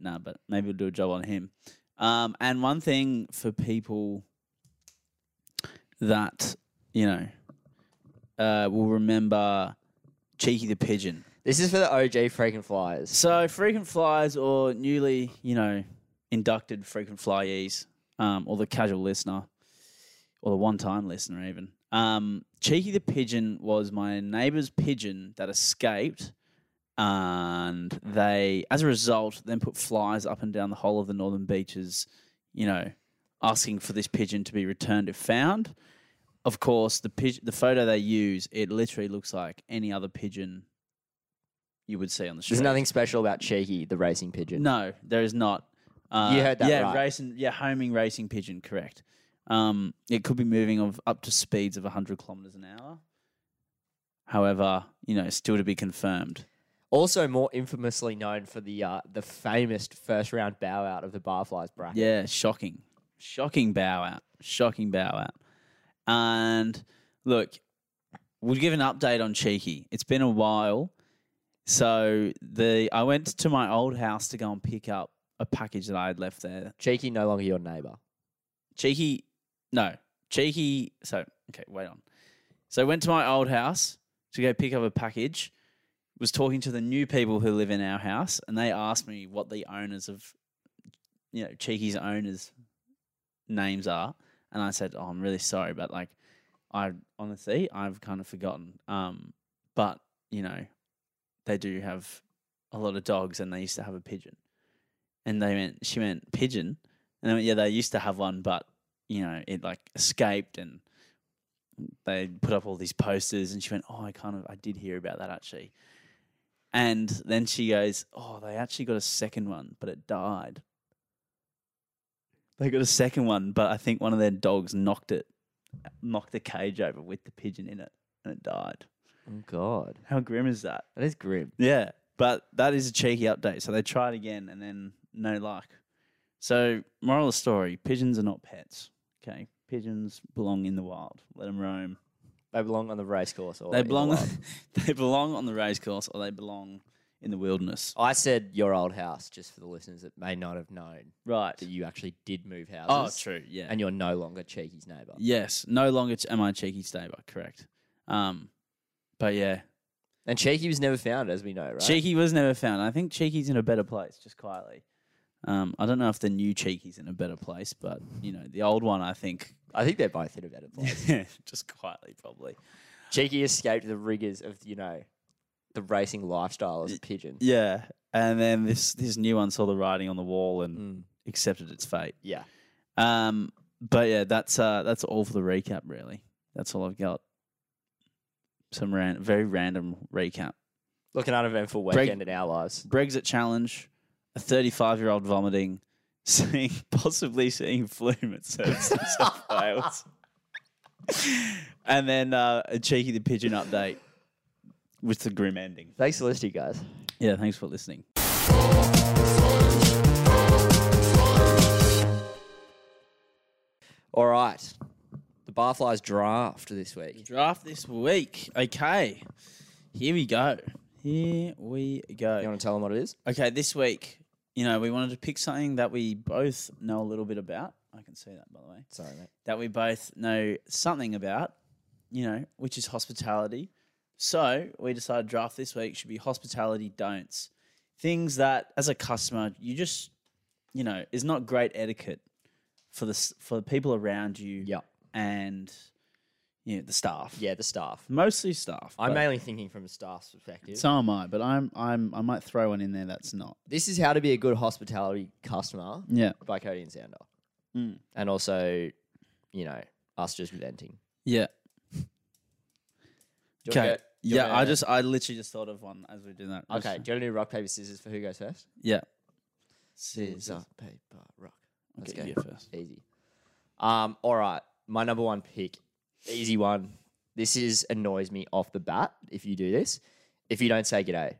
Speaker 1: nah, but maybe we'll do a job on him. Um, and one thing for people that you know uh, will remember Cheeky the Pigeon.
Speaker 2: this is for the OG freaking flyers.
Speaker 1: So frequent flyers or newly, you know, inducted frequent flyees, um, or the casual listener, or the one-time listener even. Um, Cheeky the pigeon was my neighbour's pigeon that escaped, and they, as a result, then put flies up and down the whole of the northern beaches, you know, asking for this pigeon to be returned if found. Of course, the pigeon, the photo they use, it literally looks like any other pigeon you would see on the street.
Speaker 2: There's nothing special about Cheeky, the racing pigeon.
Speaker 1: No, there is not. Uh,
Speaker 2: You heard that
Speaker 1: yeah,
Speaker 2: right.
Speaker 1: Racing, yeah, homing racing pigeon, correct. Um, it could be moving of up to speeds of 100 kilometers an hour. However, you know, still to be confirmed.
Speaker 2: Also, more infamously known for the uh, the famous first round bow out of the Barflies bracket.
Speaker 1: Yeah, shocking. Shocking bow out. Shocking bow out. And look, we'll give an update on Cheeky. It's been a while. So the I went to my old house to go and pick up a package that I had left there
Speaker 2: Cheeky, no longer your neighbour.
Speaker 1: Cheeky, no, cheeky. So okay, wait on. So I went to my old house to go pick up a package. Was talking to the new people who live in our house, and they asked me what the owners of, you know, Cheeky's owners' names are, and I said, "Oh, I'm really sorry, but like, I honestly, I've kind of forgotten. Um, but you know, they do have a lot of dogs, and they used to have a pigeon." And they went, she went pigeon, and I went, yeah, they used to have one, but you know, it like escaped and they put up all these posters and she went, Oh, I kind of I did hear about that actually. And then she goes, Oh, they actually got a second one, but it died. They got a second one, but I think one of their dogs knocked it knocked the cage over with the pigeon in it and it died.
Speaker 2: Oh God,
Speaker 1: How grim is that?
Speaker 2: that is grim.
Speaker 1: Yeah. But that is a cheeky update. So they tried again and then no luck. So, moral of the story pigeons are not pets. Okay. Pigeons belong in the wild. Let them roam.
Speaker 2: They belong on the race course. Or
Speaker 1: They
Speaker 2: in the
Speaker 1: belong,
Speaker 2: wild.
Speaker 1: they belong on the racecourse, or they belong in the wilderness.
Speaker 2: I said your old house, just for the listeners that may not have known
Speaker 1: Right.
Speaker 2: that you actually did move
Speaker 1: Oh,
Speaker 2: houses.
Speaker 1: true. Yeah.
Speaker 2: And you're no longer Cheeky's neighbour.
Speaker 1: Yes, no longer ch- am I a cheeky staber, correct. Um, but yeah,
Speaker 2: And Cheeky was never found, as we know, right?
Speaker 1: cheeky was never found. I think cheeky's in a better place, just quietly. Um, I don't know if the new cheeky's in a better place, but you know, the old one, I think,
Speaker 2: I think they're both in a better place.
Speaker 1: just quietly probably.
Speaker 2: Cheeky escaped the rigours of, you know, the racing lifestyle as a pigeon.
Speaker 1: Yeah, and then this this new one saw the writing on the wall and
Speaker 2: Mm.
Speaker 1: accepted its fate.
Speaker 2: Yeah.
Speaker 1: Um, but yeah, that's uh, that's all for the recap. Really, that's all I've got. Some ran- very random recap.
Speaker 2: Look, an uneventful
Speaker 1: Break-
Speaker 2: weekend in our lives.
Speaker 1: Brexit challenge, a 35 year old vomiting, seeing possibly seeing flume at Surf New South Wales, and then uh, a cheeky the pigeon update with the grim ending.
Speaker 2: Thanks for listening, guys.
Speaker 1: Yeah, thanks for listening.
Speaker 2: All right. The Barflies draft this week.
Speaker 1: Draft this week. Okay, here we go. Here we
Speaker 2: You
Speaker 1: go.
Speaker 2: want to tell them what it is?
Speaker 1: Okay, this week, you know, we wanted to pick something that we both know a little bit about. I can see that, by the way.
Speaker 2: Sorry, mate.
Speaker 1: that we both know something about, you know, which is hospitality. So we decided draft this week should be hospitality don'ts. Things that, as a customer, you just, you know, is not great etiquette for the s- for the people around you
Speaker 2: Yeah.
Speaker 1: and you know the staff.
Speaker 2: Yeah, the staff.
Speaker 1: mostly staff.
Speaker 2: I'm
Speaker 1: but-
Speaker 2: mainly thinking from a staff's perspective.
Speaker 1: so am I, but I'm I'm I might throw one in there that's not.
Speaker 2: this is how to be a good hospitality customer
Speaker 1: Yeah,
Speaker 2: by Cody and Sander.
Speaker 1: Mm.
Speaker 2: And also, you know, us just venting.
Speaker 1: yeah.
Speaker 2: Do you
Speaker 1: Okay.
Speaker 2: wanna go- do you
Speaker 1: Yeah,
Speaker 2: wanna-
Speaker 1: I just I literally just thought of one as we do that.
Speaker 2: Okay, do you want to do rock, paper, scissors for who goes first?
Speaker 1: Yeah.
Speaker 2: Scissors, paper, rock. Let's
Speaker 1: Okay, you
Speaker 2: go.
Speaker 1: go first.
Speaker 2: Easy. Um, all right. My number one pick. Easy one. This is annoys me off the bat if you do this. If you don't say g'day.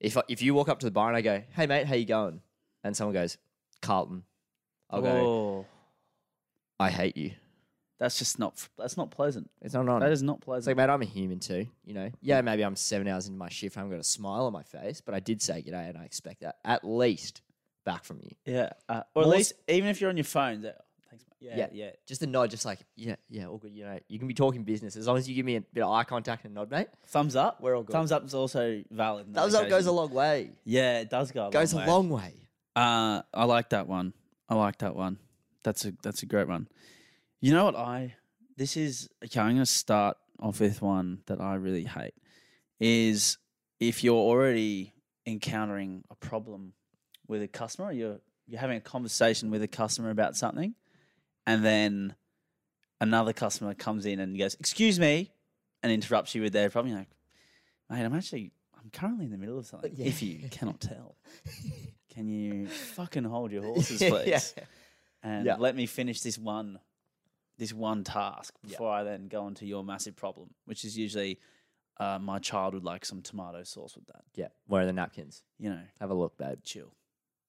Speaker 2: If I- if you walk up to the bar and I go, hey mate, how you going? And someone goes, Carlton. I'll go,
Speaker 1: Oh.
Speaker 2: I hate you.
Speaker 1: That's just not. That's not pleasant.
Speaker 2: It's not on.
Speaker 1: That is not
Speaker 2: It's like,
Speaker 1: pleasant.
Speaker 2: mate, I'm a human too, you know? Yeah, maybe I'm seven hours into my shift. I haven't got a smile on my face, but I did say g'day and I expect that at least back from you.
Speaker 1: yeah, uh, or at
Speaker 2: More
Speaker 1: least even if you're on your phone. that- Thanks. mate. Yeah,
Speaker 2: Yeah.
Speaker 1: yeah,
Speaker 2: Just a nod, just like, yeah, yeah, all good. You know, you can be talking business as long as you give me a bit of eye contact and nod, mate.
Speaker 1: Thumbs up.
Speaker 2: We're all good.
Speaker 1: Thumbs up is also valid. on that
Speaker 2: Thumbs up goes a
Speaker 1: occasion.
Speaker 2: long way.
Speaker 1: Yeah, it does go. A
Speaker 2: Goes
Speaker 1: long
Speaker 2: a
Speaker 1: way.
Speaker 2: long way.
Speaker 1: Uh, I like that one. I like that one. That's a that's a great one. You know what I? This is okay. I'm gonna start off with one that I really hate. Is if you're already encountering a problem with a customer, you're you're having a conversation with a customer about something, and then another customer comes in and goes, "Excuse me," and interrupts you with their problem. You're like, mate, I'm actually I'm currently in the middle of something.
Speaker 2: Yeah.
Speaker 1: If you cannot tell. Can you fucking hold your horses,
Speaker 2: Yeah.
Speaker 1: please? And
Speaker 2: Yeah.
Speaker 1: let me finish this one this one task
Speaker 2: Yeah.
Speaker 1: before I then go on to your massive problem, which is usually uh, my child would like some tomato sauce with that.
Speaker 2: Yeah. Where are the napkins?
Speaker 1: You know,
Speaker 2: Have a look, babe.
Speaker 1: chill.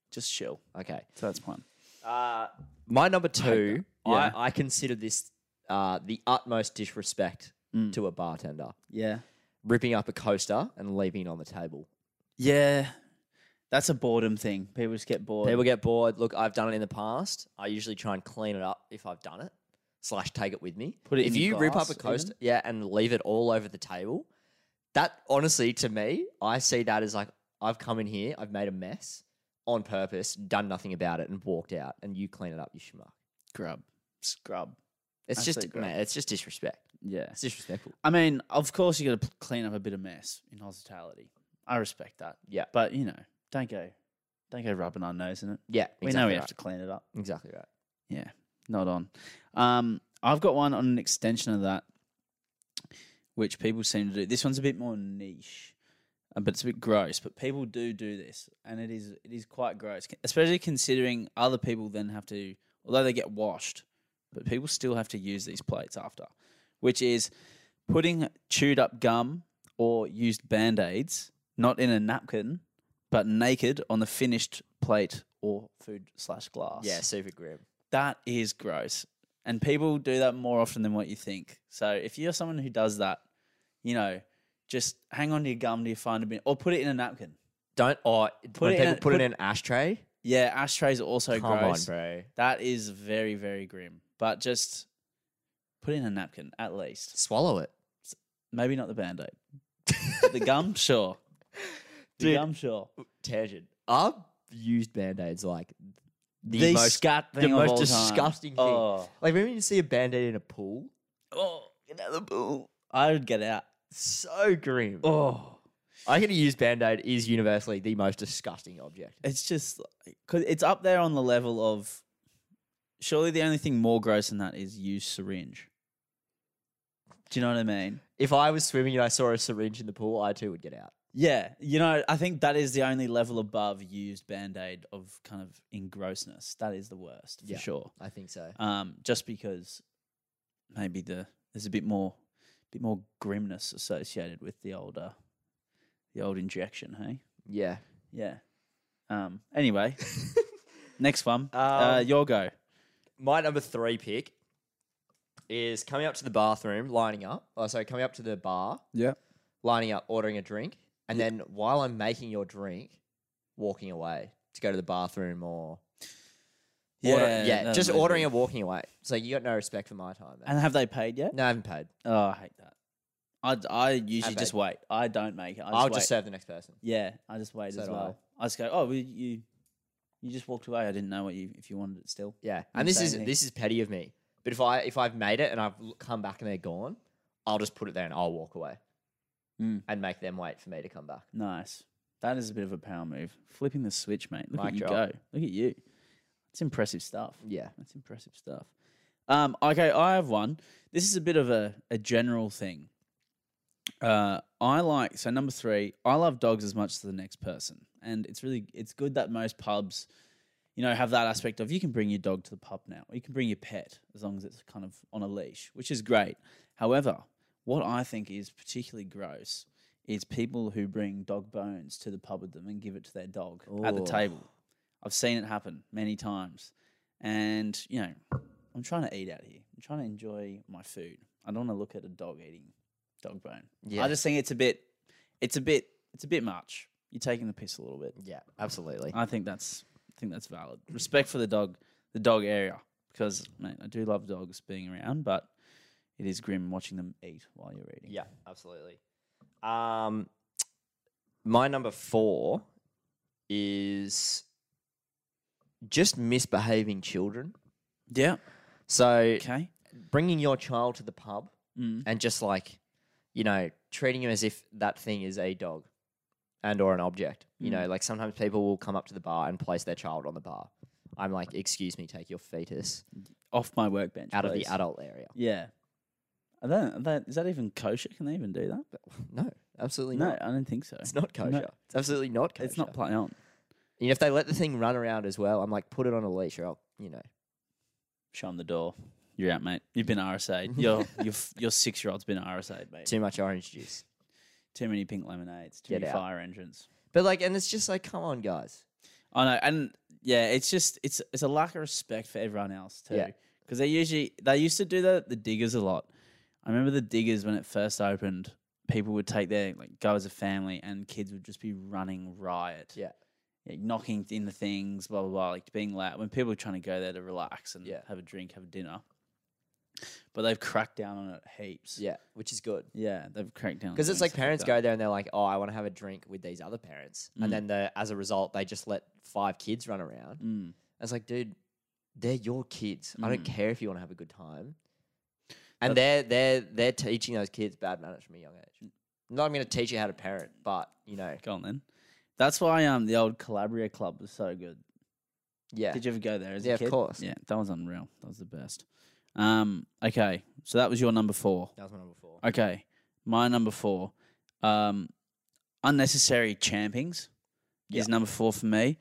Speaker 1: Just chill.
Speaker 2: Okay.
Speaker 1: So that's one.
Speaker 2: Uh, my number two, I,
Speaker 1: Yeah.
Speaker 2: I consider this uh, the utmost disrespect
Speaker 1: Mm.
Speaker 2: to a bartender.
Speaker 1: Yeah.
Speaker 2: Ripping up a coaster and leaving it on the table.
Speaker 1: Yeah. That's a boredom thing. People just get bored.
Speaker 2: People get bored. Look, I've done it in the past. I usually try and clean it up if I've done it, slash take it with me.
Speaker 1: Put it
Speaker 2: if
Speaker 1: in
Speaker 2: you
Speaker 1: your
Speaker 2: rip up
Speaker 1: glass
Speaker 2: a coaster,
Speaker 1: even?
Speaker 2: yeah, and leave it all over the table. That honestly, to me, I see that as like I've come in here, I've made a mess on purpose, done nothing about it, and walked out. And you clean it up, you schmuck.
Speaker 1: grub. Scrub.
Speaker 2: It's just,
Speaker 1: Absolute
Speaker 2: mate, it's just disrespect.
Speaker 1: Yeah.
Speaker 2: It's disrespectful.
Speaker 1: I mean, of course you got to clean up a bit of mess in hospitality. I respect that.
Speaker 2: Yeah.
Speaker 1: But, you know, don't go don't go rubbing our nose in it.
Speaker 2: Yeah, exactly
Speaker 1: We know we
Speaker 2: right.
Speaker 1: have to clean it up.
Speaker 2: Exactly right.
Speaker 1: Yeah, not on. Um, I've got one on an extension of that, which people seem to do. This one's a bit more niche, uh, but it's a bit gross. But people do do this, and it is it is quite gross, c- especially considering other people then have to, although they get washed, but people still have to use these plates after, which is putting chewed up gum or used band aids not in a napkin, but naked on the finished plate or food slash glass.
Speaker 2: Yeah, super grim.
Speaker 1: That is gross. And people do that more often than what you think. So if you're someone who does that, you know, just hang on to your gum till you find a bin or put it in a napkin.
Speaker 2: Don't or when
Speaker 1: it in
Speaker 2: people
Speaker 1: a-
Speaker 2: put,
Speaker 1: put-
Speaker 2: it in an ashtray.
Speaker 1: Yeah, ashtrays are also
Speaker 2: Come
Speaker 1: gross.
Speaker 2: on, bro.
Speaker 1: That is very, very grim. But just put it in a napkin at least.
Speaker 2: Swallow it.
Speaker 1: Maybe not the band aid. the gum, sure. The
Speaker 2: Dude.
Speaker 1: gum, sure.
Speaker 2: Tangent. I've used band aids like the,
Speaker 1: The,
Speaker 2: most.
Speaker 1: scat
Speaker 2: the
Speaker 1: thing of
Speaker 2: most
Speaker 1: all time.
Speaker 2: disgusting thing.
Speaker 1: Oh.
Speaker 2: like remember you see a band aid in a pool?
Speaker 1: oh, get out of the pool. I would get out.
Speaker 2: So grim.
Speaker 1: Oh,
Speaker 2: I think a used band aid is universally the most disgusting object.
Speaker 1: it's just like- cause it's up there on the level of. Surely the only thing more gross than that is used syringe. Do you know what I mean?
Speaker 2: If I was swimming and I saw a syringe in the pool, I too would get out.
Speaker 1: Yeah, you know, I think that is the only level above used band aid of kind of engrossness. That is the worst for
Speaker 2: Yeah.
Speaker 1: sure.
Speaker 2: I think so.
Speaker 1: Um, just because maybe the there's a bit more, bit more grimness associated with the older, the old injection. Hey,
Speaker 2: Yeah.
Speaker 1: yeah. Um. Anyway, next one. uh,
Speaker 2: Um,
Speaker 1: your go.
Speaker 2: My number three pick is coming up to the bathroom, lining up. Oh, sorry, coming up to the bar,
Speaker 1: Yeah.
Speaker 2: lining up, ordering a drink, and then while I'm making your drink, walking away to go to the bathroom or
Speaker 1: Yeah.
Speaker 2: order, yeah,
Speaker 1: that's
Speaker 2: just
Speaker 1: amazing.
Speaker 2: ordering and walking away. So you got no respect for my time. Man.
Speaker 1: And have they paid yet?
Speaker 2: No, I haven't paid.
Speaker 1: Oh, I hate that. I I usually
Speaker 2: Have
Speaker 1: just
Speaker 2: they?
Speaker 1: wait. I don't make it. I just
Speaker 2: I'll
Speaker 1: wait.
Speaker 2: just serve the next person.
Speaker 1: Yeah, I just wait
Speaker 2: So
Speaker 1: as
Speaker 2: do I.
Speaker 1: well. I. just go, oh, well, you, you just walked away. I didn't know what you if you wanted it still.
Speaker 2: Yeah,
Speaker 1: I'm
Speaker 2: and this
Speaker 1: saying
Speaker 2: is
Speaker 1: it.
Speaker 2: this is petty of me. But if I if I've made it and I've l- come back and they're gone, I'll just put it there and I'll walk away
Speaker 1: Mm.
Speaker 2: and make them wait for me to come back.
Speaker 1: Nice. That is a bit of a power move. Flipping the switch, mate. Look
Speaker 2: Mic
Speaker 1: at you
Speaker 2: drop.
Speaker 1: go. Look at you. It's impressive stuff.
Speaker 2: Yeah,
Speaker 1: That's impressive stuff. Um, okay, I have one. This is a bit of a, a general thing. Uh, I like so number three. I love dogs as much as the next person, and it's really it's good that most pubs, you know, have that aspect of you can bring your dog to the pub now. Or you can bring your pet as long as it's kind of on a leash, which is great. However, what I think is particularly gross is people who bring dog bones to the pub with them and give it to their dog at the
Speaker 2: Ooh.
Speaker 1: table. I've seen it happen many times. And, you know, I'm trying to eat out here. I'm trying to enjoy my food. I don't want to look at a dog eating dog bone.
Speaker 2: Yeah.
Speaker 1: I just think it's a bit it's a bit it's a bit much. You're taking the piss a little bit.
Speaker 2: yeah, absolutely.
Speaker 1: I think that's I think that's valid. Respect for the dog the dog area. Because mate, I do love dogs being around, but it is grim watching them eat while you're eating.
Speaker 2: Yeah, absolutely. Um, my number four is just misbehaving children.
Speaker 1: Yeah.
Speaker 2: So
Speaker 1: Okay.
Speaker 2: bringing your child to the pub
Speaker 1: Mm.
Speaker 2: and just like you know treating him as if that thing is a dog and or an object you
Speaker 1: Mm.
Speaker 2: know like sometimes people will come up to the bar and place their child on the bar i'm like excuse me take your fetus
Speaker 1: Off my workbench.
Speaker 2: out of the
Speaker 1: please.
Speaker 2: adult area
Speaker 1: Yeah. Are that, are that, is that even kosher? Can they even do that?
Speaker 2: no absolutely
Speaker 1: No,
Speaker 2: not
Speaker 1: I don't think so.
Speaker 2: it's not kosher it's absolutely not kosher
Speaker 1: It's not oh, play on.
Speaker 2: you know, if they let the thing run around as well i'm like put it on a leash or i'll you know
Speaker 1: Show 'em the door. You're out, mate. You've been RSA'd. Your your f- your six year old's been RSA'd, mate. Too,
Speaker 2: too much orange juice
Speaker 1: many pink lemonades. Too
Speaker 2: Get
Speaker 1: many
Speaker 2: out.
Speaker 1: fire engines.
Speaker 2: but like and it's just like come on guys
Speaker 1: I know, and yeah, it's just it's it's a lack of respect for everyone else too.
Speaker 2: Yeah.
Speaker 1: Because they usually they used to do that at the diggers a lot. I remember the diggers when it first opened. People would take their like go as a family, and kids would just be running riot.
Speaker 2: Yeah.
Speaker 1: Like, knocking in the things, blah blah blah, like being loud. When people are trying to go there to relax and
Speaker 2: Yeah.
Speaker 1: have a drink, have a dinner, but they've cracked down on it heaps.
Speaker 2: yeah which is good
Speaker 1: Yeah, they've cracked down. on
Speaker 2: Because it's
Speaker 1: things
Speaker 2: like parents
Speaker 1: that.
Speaker 2: go there and they're like, "Oh, I want to have a drink with these other parents,"
Speaker 1: Mm.
Speaker 2: and then the as a result, they just let five kids run around.
Speaker 1: Mm.
Speaker 2: It's like, dude, they're your kids. I don't
Speaker 1: Mm.
Speaker 2: care if you want to have a good time. And they're they're they're teaching those kids bad manners from a young age. Not I'm going to teach you how to parent, but you know,
Speaker 1: Go on then. That's why um the old Calabria Club was so good.
Speaker 2: yeah,
Speaker 1: Did you ever go there as a
Speaker 2: Yeah, of
Speaker 1: kid?
Speaker 2: course.
Speaker 1: Yeah, that was unreal. That was the best. Um, okay, so that was your number four.
Speaker 2: that was my number four.
Speaker 1: Okay, my number four. Um, unnecessary champings
Speaker 2: Yeah.
Speaker 1: is number four for me.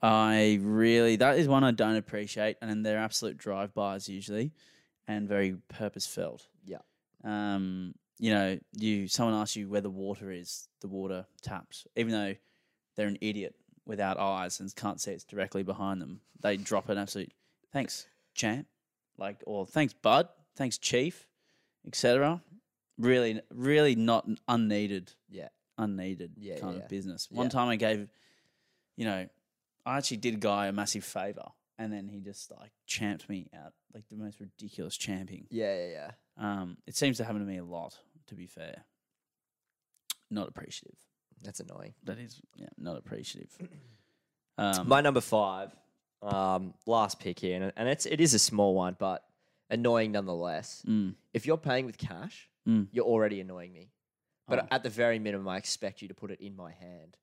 Speaker 1: I really that is one I don't appreciate, and they're absolute drive-bys usually, and very purpose-felt.
Speaker 2: Yeah.
Speaker 1: Um, you know, you someone asks you where the water is, the water taps, even though they're an idiot without eyes and can't see it's directly behind them, they drop an absolute thanks, champ, like or thanks, bud, thanks, chief, etc. Really, really not unneeded,
Speaker 2: Yeah.
Speaker 1: unneeded
Speaker 2: Yeah,
Speaker 1: kind
Speaker 2: yeah.
Speaker 1: of business. One
Speaker 2: Yeah.
Speaker 1: time I gave, you know, I actually did a guy a massive favor, and then he just like champed me out like the most ridiculous champing.
Speaker 2: Yeah, yeah, yeah.
Speaker 1: Um, it seems to happen to me a lot, to be fair. Not appreciative.
Speaker 2: That's annoying.
Speaker 1: That is, yeah, not appreciative. Um,
Speaker 2: My number five, um, last pick here, and, and it's it is a small one, but annoying nonetheless.
Speaker 1: mm,
Speaker 2: If you're paying with cash,
Speaker 1: Mm.
Speaker 2: you're already annoying me. But
Speaker 1: Oh.
Speaker 2: at the very minimum, I expect you to put it in my hand,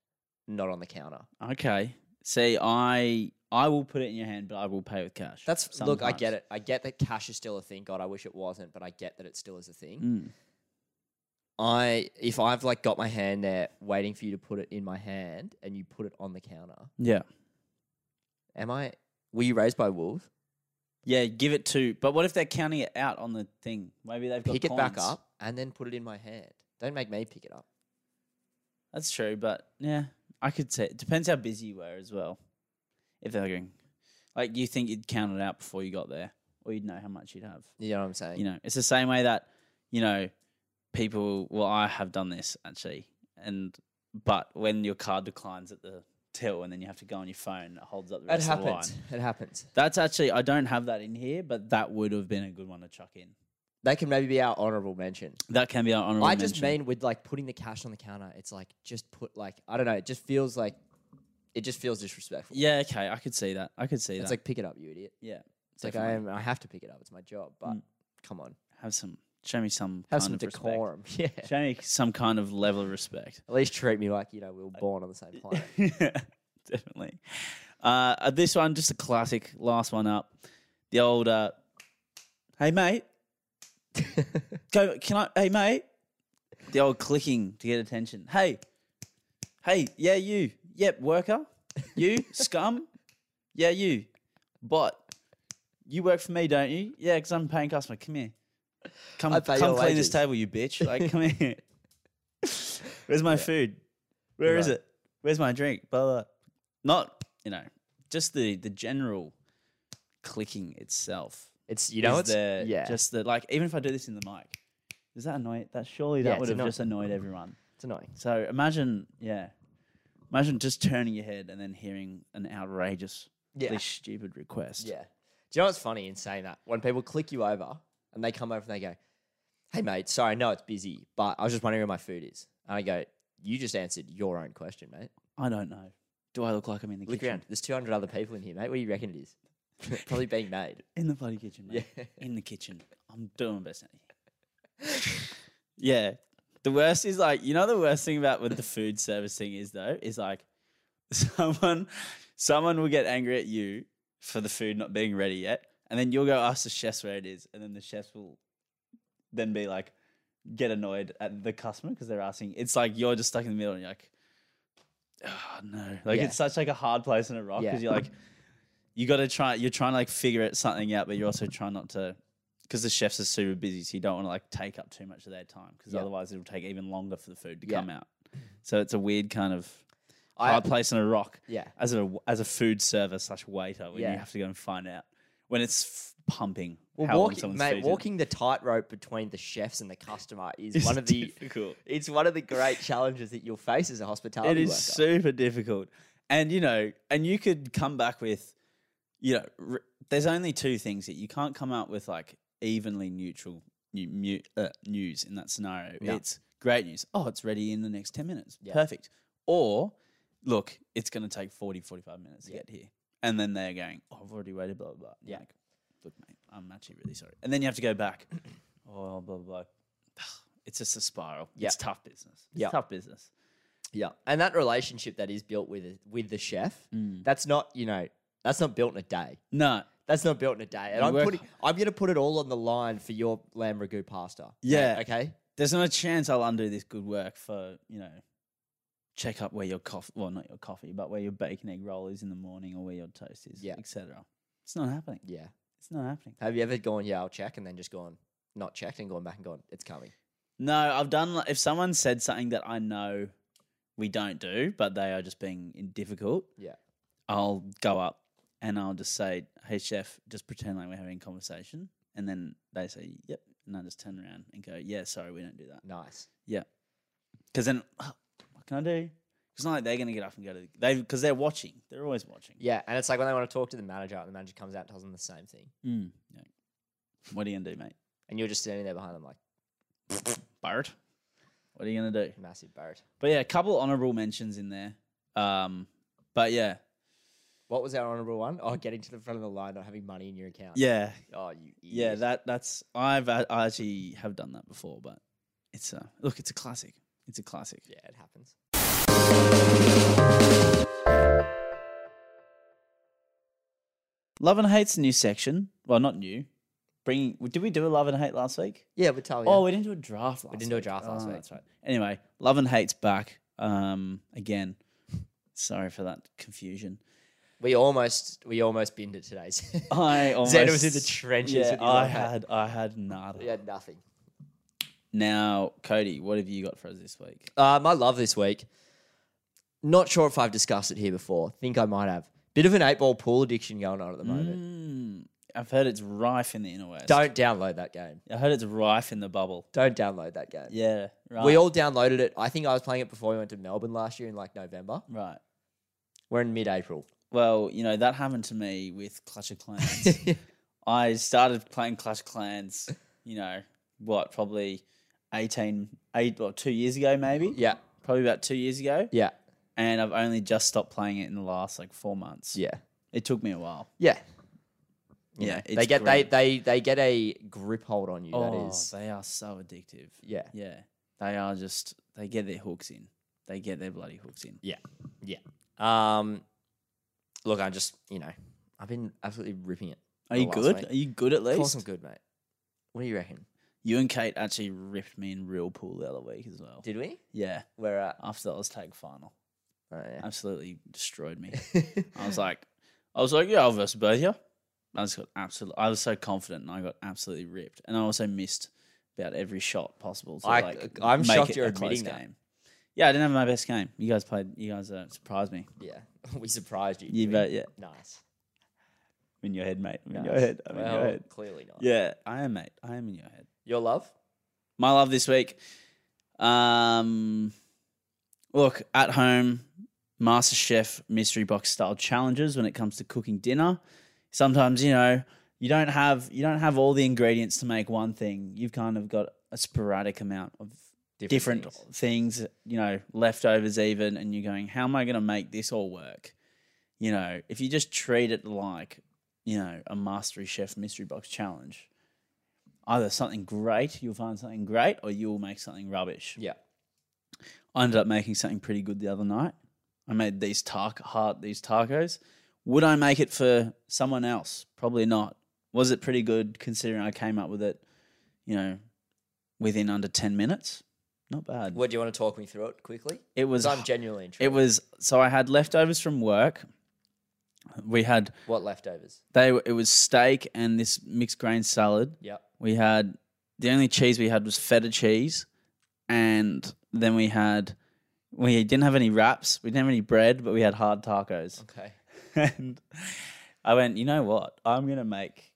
Speaker 2: not on the counter.
Speaker 1: okay. See, I I will put it in your hand, but I will pay with cash.
Speaker 2: That's look, I get
Speaker 1: sometimes.
Speaker 2: it. I get that cash is still a thing. God, I wish it wasn't, but I get that it still is a thing.
Speaker 1: Mm,
Speaker 2: I if I've like got my hand there waiting for you to put it in my hand and you put it on the counter,
Speaker 1: yeah,
Speaker 2: am I were you raised by wolves?
Speaker 1: yeah. Give it to. But what if they're counting it out on the thing? Maybe they've got
Speaker 2: Pick it back
Speaker 1: coins.
Speaker 2: up and then put it in my hand. Don't make me pick it up.
Speaker 1: That's true, but yeah, I could say it depends how busy you were as well. If they're going, like you think you'd count it out before you got there, or you'd know how much you'd have.
Speaker 2: You know what I'm saying?
Speaker 1: you know it's the same way that you know people well i have done this actually and but when your card declines at the till and then you have to go on your phone it holds up the
Speaker 2: it
Speaker 1: rest of the line
Speaker 2: happens. It happens.
Speaker 1: that's actually i don't have that in here but that would have been a good one to chuck in
Speaker 2: They can maybe be our honorable mention.
Speaker 1: that can be our honorable
Speaker 2: I just
Speaker 1: mention.
Speaker 2: mean with like putting the cash on the counter, it's like just put like I don't know, it just feels like it just feels disrespectful.
Speaker 1: yeah okay i could see that i could see
Speaker 2: It's
Speaker 1: that
Speaker 2: like pick it up, you idiot.
Speaker 1: yeah
Speaker 2: It's like I am I have to pick it up. It's my job, but come on.
Speaker 1: have some show me some
Speaker 2: Mm. Have
Speaker 1: kind
Speaker 2: some
Speaker 1: of
Speaker 2: decorum. Yeah.
Speaker 1: respect. show me some kind of level of respect
Speaker 2: At least treat me like, you know, we were born on the same planet.
Speaker 1: definitely. Uh, uh, this one, just a classic. Last one up. The old, uh, hey mate, go. Can I? Hey mate. The old clicking to get attention. Hey, hey, yeah, you. Yep, worker. You scum. Yeah, you. But you work for me, don't you? Yeah, because I'm a paying customer. Come here. Come,
Speaker 2: I
Speaker 1: come
Speaker 2: pay
Speaker 1: clean
Speaker 2: your
Speaker 1: this
Speaker 2: wages.
Speaker 1: table, you bitch. Like, come here. Where's my food? Where is
Speaker 2: Right.
Speaker 1: it? Where's my drink? Blah, blah. Not, you know, just the the general clicking itself.
Speaker 2: It's you know
Speaker 1: is
Speaker 2: it's
Speaker 1: the,
Speaker 2: yeah.
Speaker 1: Just the like, even if I do this in the mic, does that annoy? That surely that
Speaker 2: Yeah, it's
Speaker 1: would have
Speaker 2: annoying.
Speaker 1: just annoyed everyone.
Speaker 2: it's annoying.
Speaker 1: So imagine, yeah, imagine just turning your head and then hearing an outrageously
Speaker 2: Yeah.
Speaker 1: stupid request.
Speaker 2: Yeah. Do you know what's funny in saying that? When people click you over and they come over and they go, Hey mate, sorry, I know it's busy, but I was just wondering where my food is. And I go, You just answered your own question, mate.
Speaker 1: I don't know. Do I look like I'm in the
Speaker 2: Look
Speaker 1: kitchen?
Speaker 2: around. There's two hundred other people in here, mate. What do you reckon it is? Probably being made.
Speaker 1: In the bloody kitchen, mate.
Speaker 2: Yeah.
Speaker 1: In the kitchen. I'm doing my best. out here. yeah. The worst is like, you know, the worst thing about with the food service thing is though, is like someone, someone will get angry at you for the food not being ready yet. And then you'll go ask the chefs where it is. And then the chefs will then be like, get annoyed at the customer because they're asking. It's like you're just stuck in the middle and you're like, oh no. Like
Speaker 2: Yeah.
Speaker 1: it's such like a hard place in a rock because
Speaker 2: Yeah.
Speaker 1: you're like, you got to try, you're trying to like figure it something out, but you're also trying not to, because the chefs are super busy. So you don't want to like take up too much of their time because
Speaker 2: Yeah.
Speaker 1: otherwise it'll take even longer for the food to
Speaker 2: Yeah.
Speaker 1: come out. So it's a weird kind of
Speaker 2: I-
Speaker 1: hard place in a rock
Speaker 2: Yeah.
Speaker 1: as a as a food server slash waiter when
Speaker 2: Yeah.
Speaker 1: you have to go and find out when it's f- pumping.
Speaker 2: Well,
Speaker 1: how long
Speaker 2: walking,
Speaker 1: someone's
Speaker 2: mate,
Speaker 1: food's in.
Speaker 2: walking the tightrope between the chefs and the customer is
Speaker 1: It's
Speaker 2: one of the
Speaker 1: difficult.
Speaker 2: it's one of the great challenges that you'll face as a
Speaker 1: It
Speaker 2: hospitality
Speaker 1: is
Speaker 2: worker.
Speaker 1: super difficult, and you know, and you could come back with, you know, r- there's only two things that you can't come out with like evenly neutral new, mu- uh, news in that scenario.
Speaker 2: No.
Speaker 1: It's great news. Oh, it's ready in the next ten minutes.
Speaker 2: Yeah.
Speaker 1: Perfect. Or look, it's going to take 40, 45 minutes to
Speaker 2: Yeah.
Speaker 1: get here, and then they're going, oh, I've already waited. Blah blah. blah. You're
Speaker 2: Yeah.
Speaker 1: Like, look, mate, I'm actually really sorry. And then you have to go back. oh, blah blah. blah. It's just a spiral.
Speaker 2: Yeah.
Speaker 1: It's tough business. It's
Speaker 2: Yeah.
Speaker 1: tough business.
Speaker 2: yeah, and that relationship that is built with with the chef,
Speaker 1: Mm.
Speaker 2: that's not you know that's not built in a day.
Speaker 1: No,
Speaker 2: That's not built in a day. And
Speaker 1: You
Speaker 2: I'm
Speaker 1: work-
Speaker 2: putting I'm going to put it all on the line for your lamb ragu pasta. mate,
Speaker 1: Yeah.
Speaker 2: okay.
Speaker 1: there's not a chance I'll undo this good work for, you know, check up where your coffee, well, not your coffee, but where your bacon egg roll is in the morning or where your toast is,
Speaker 2: Yeah.
Speaker 1: etc. It's not happening.
Speaker 2: Yeah.
Speaker 1: It's not happening.
Speaker 2: Have you ever gone? Yeah, I'll check, and then just gone not checked and gone back and gone. It's coming.
Speaker 1: No, I've done. like, If someone said something that I know we don't do, but they are just being in- difficult,
Speaker 2: Yeah.
Speaker 1: I'll go up and I'll just say, "Hey, chef, just pretend like we're having a conversation," and then they say, "Yep," and I just turn around and go, "Yeah, sorry, we don't do that."
Speaker 2: Nice.
Speaker 1: Yeah, because then "Oh, what can I do? It's not like they're gonna get up and go to the, they because they're watching. They're always watching.
Speaker 2: Yeah, and it's like when they want to talk to the manager, and the manager comes out and tells them the same thing,
Speaker 1: Mm. yeah. What are you gonna do, mate?
Speaker 2: and you're just standing there behind them like
Speaker 1: Barrett. What are you gonna do?
Speaker 2: massive Barrett.
Speaker 1: But yeah, a couple honourable mentions in there. Um, but yeah,
Speaker 2: What was our honourable one? Oh, getting to the front of the line, not having money in your account.
Speaker 1: yeah,
Speaker 2: Oh, you. Idiot.
Speaker 1: yeah. That that's I've a- I actually have done that before, but it's a look. It's a classic. It's a classic.
Speaker 2: Yeah, it happens.
Speaker 1: Love and hate's a new section. Well, not new. Bringing did we do a love and hate last week?
Speaker 2: Yeah, but tell you.
Speaker 1: Oh, we didn't do a draft. Last
Speaker 2: didn't do a draft last
Speaker 1: Oh,
Speaker 2: week.
Speaker 1: That's right. Anyway, love and hate's back um, again. Sorry for that confusion.
Speaker 2: we almost we almost binned it today.
Speaker 1: I almost,
Speaker 2: Xander was in the trenches.
Speaker 1: Yeah,
Speaker 2: with his
Speaker 1: I
Speaker 2: love hate.
Speaker 1: had I had nada.
Speaker 2: We had nothing.
Speaker 1: Now, Cody, what have you got for us this week?
Speaker 2: Uh, my love this week. Not sure if I've discussed it here before. Think I might have. Bit of an eight ball pool addiction going on at the moment.
Speaker 1: Mm, I've heard it's rife in the inner west.
Speaker 2: Don't download that game.
Speaker 1: I heard it's rife in the bubble.
Speaker 2: Don't download that game.
Speaker 1: Yeah, right.
Speaker 2: We all downloaded it. I think I was playing it before we went to Melbourne last year in like November.
Speaker 1: right.
Speaker 2: We're in mid-April.
Speaker 1: Well, you know that happened to me with Clash of Clans. I started playing Clash of Clans. You know what? Probably 18, eight or two years ago, maybe.
Speaker 2: yeah,
Speaker 1: Probably about two years ago,
Speaker 2: yeah,
Speaker 1: and I've only just stopped playing it in the last like four months.
Speaker 2: yeah,
Speaker 1: It took me a while.
Speaker 2: yeah.
Speaker 1: Yeah,
Speaker 2: they
Speaker 1: it's
Speaker 2: get
Speaker 1: great.
Speaker 2: they they they get a grip hold on you.
Speaker 1: Oh,
Speaker 2: that is,
Speaker 1: they are so addictive.
Speaker 2: yeah,
Speaker 1: Yeah, they are just they get their hooks in. They get their bloody hooks in.
Speaker 2: yeah. Um, look, I just you know, I've been absolutely ripping it.
Speaker 1: Are
Speaker 2: the
Speaker 1: you
Speaker 2: last
Speaker 1: good?
Speaker 2: week.
Speaker 1: Are you good at
Speaker 2: Of course,
Speaker 1: least?
Speaker 2: I'm good, mate. What do you reckon?
Speaker 1: You and Kate actually ripped me in real pool the other week as well.
Speaker 2: Did we?
Speaker 1: yeah,
Speaker 2: We're at.
Speaker 1: after that was tag final,
Speaker 2: Oh, yeah.
Speaker 1: absolutely destroyed me. I was like, I was like, yeah, I'll versus both of you. I just got absolutely. I was so confident, and I got absolutely ripped, and I also missed about every shot possible. To,
Speaker 2: I-
Speaker 1: like,
Speaker 2: I'm
Speaker 1: make
Speaker 2: shocked
Speaker 1: it
Speaker 2: you're
Speaker 1: a close
Speaker 2: admitting that.
Speaker 1: game. Yeah, I didn't have my best game. You guys played. You guys uh, surprised me.
Speaker 2: yeah, we surprised you.
Speaker 1: You
Speaker 2: didn't we?
Speaker 1: bet. Yeah,
Speaker 2: Nice.
Speaker 1: I'm in your head, mate. I'm in your
Speaker 2: Nice.
Speaker 1: head. I'm in
Speaker 2: Well,
Speaker 1: your head.
Speaker 2: clearly not.
Speaker 1: Yeah, I am, mate. I am in your head.
Speaker 2: Your love?
Speaker 1: my love this week. Um, look at home, Master Chef mystery box style challenges when it comes to cooking dinner. Sometimes you know you don't have you don't have all the ingredients to make one thing. You've kind of got a sporadic amount of different,
Speaker 2: things.
Speaker 1: things. you know, leftovers even, and you're going, how am I going to make this all work? You know, if you just treat it like, you know, a Mastery Chef Mystery Box Challenge, either something great, you'll find something great, or you'll make something rubbish.
Speaker 2: Yeah.
Speaker 1: I ended up making something pretty good the other night. I made these taco heart these tacos. Would I make it for someone else? Probably not. Was it pretty good considering I came up with it, you know, within under ten minutes? Not bad.
Speaker 2: What do you want to talk me through it quickly?
Speaker 1: It was
Speaker 2: Because I'm genuinely intrigued.
Speaker 1: it was so I had leftovers from work. We had
Speaker 2: what leftovers?
Speaker 1: they it was steak and this mixed grain salad.
Speaker 2: Yep.
Speaker 1: We had the only cheese we had was feta cheese, and then we had we didn't have any wraps. We didn't have any bread, but we had hard tacos.
Speaker 2: Okay.
Speaker 1: and I went, you know what? I'm gonna make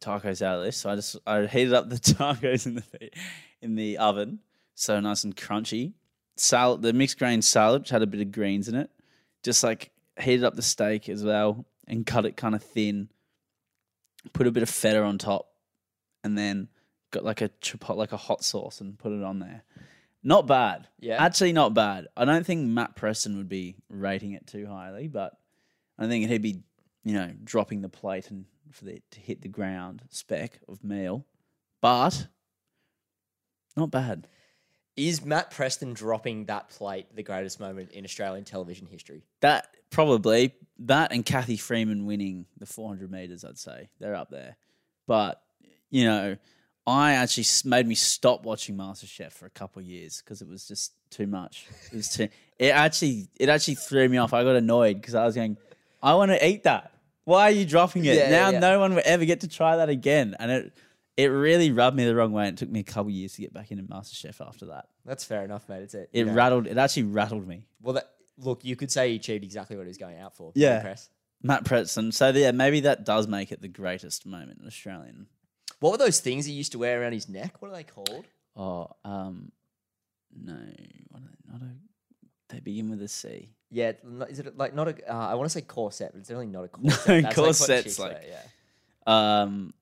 Speaker 1: tacos out of this. So I just I heated up the tacos in the in the oven, so nice and crunchy. Salad, the mixed grain salad, which had a bit of greens in it, just like heated up the steak as well and cut it kind of thin. Put a bit of feta on top, and then got like a chipotle, like a hot sauce, and put it on there. Not bad.
Speaker 2: Yeah.
Speaker 1: Actually, not bad. I don't think Matt Preston would be rating it too highly, but I think he'd be, you know, dropping the plate and for the to hit the ground spec of meal, but not bad.
Speaker 2: Is Matt Preston dropping that plate the greatest moment in Australian television history?
Speaker 1: That probably that and Kathy Freeman winning the 400 meters, I'd say they're up there. But you know, I actually s- made me stop watching MasterChef for a couple of years because it was just too much. It was too. It actually it actually threw me off. I got annoyed because I was going, I want to eat that. Why are you dropping it
Speaker 2: Yeah, yeah,
Speaker 1: now?
Speaker 2: yeah.
Speaker 1: No one will ever get to try that again, and it it really rubbed me the wrong way. And it took me a couple years to get back into MasterChef after that.
Speaker 2: That's fair enough, mate. It's it.
Speaker 1: It
Speaker 2: you know.
Speaker 1: rattled. It actually rattled me.
Speaker 2: Well, that, look, you could say he achieved exactly what he was going out for.
Speaker 1: Yeah.
Speaker 2: Press.
Speaker 1: Matt Pretson. So yeah, maybe that does make it the greatest moment in Australian.
Speaker 2: What were those things he used to wear around his neck? What are they called?
Speaker 1: Oh, um, no, what are they? Not a. They begin with a C.
Speaker 2: Yeah, n- is it like not a? Uh, I want to say corset, but it's really not a
Speaker 1: No,
Speaker 2: corset. That's like what
Speaker 1: corset's
Speaker 2: chicks
Speaker 1: like-
Speaker 2: wear, yeah.
Speaker 1: Um,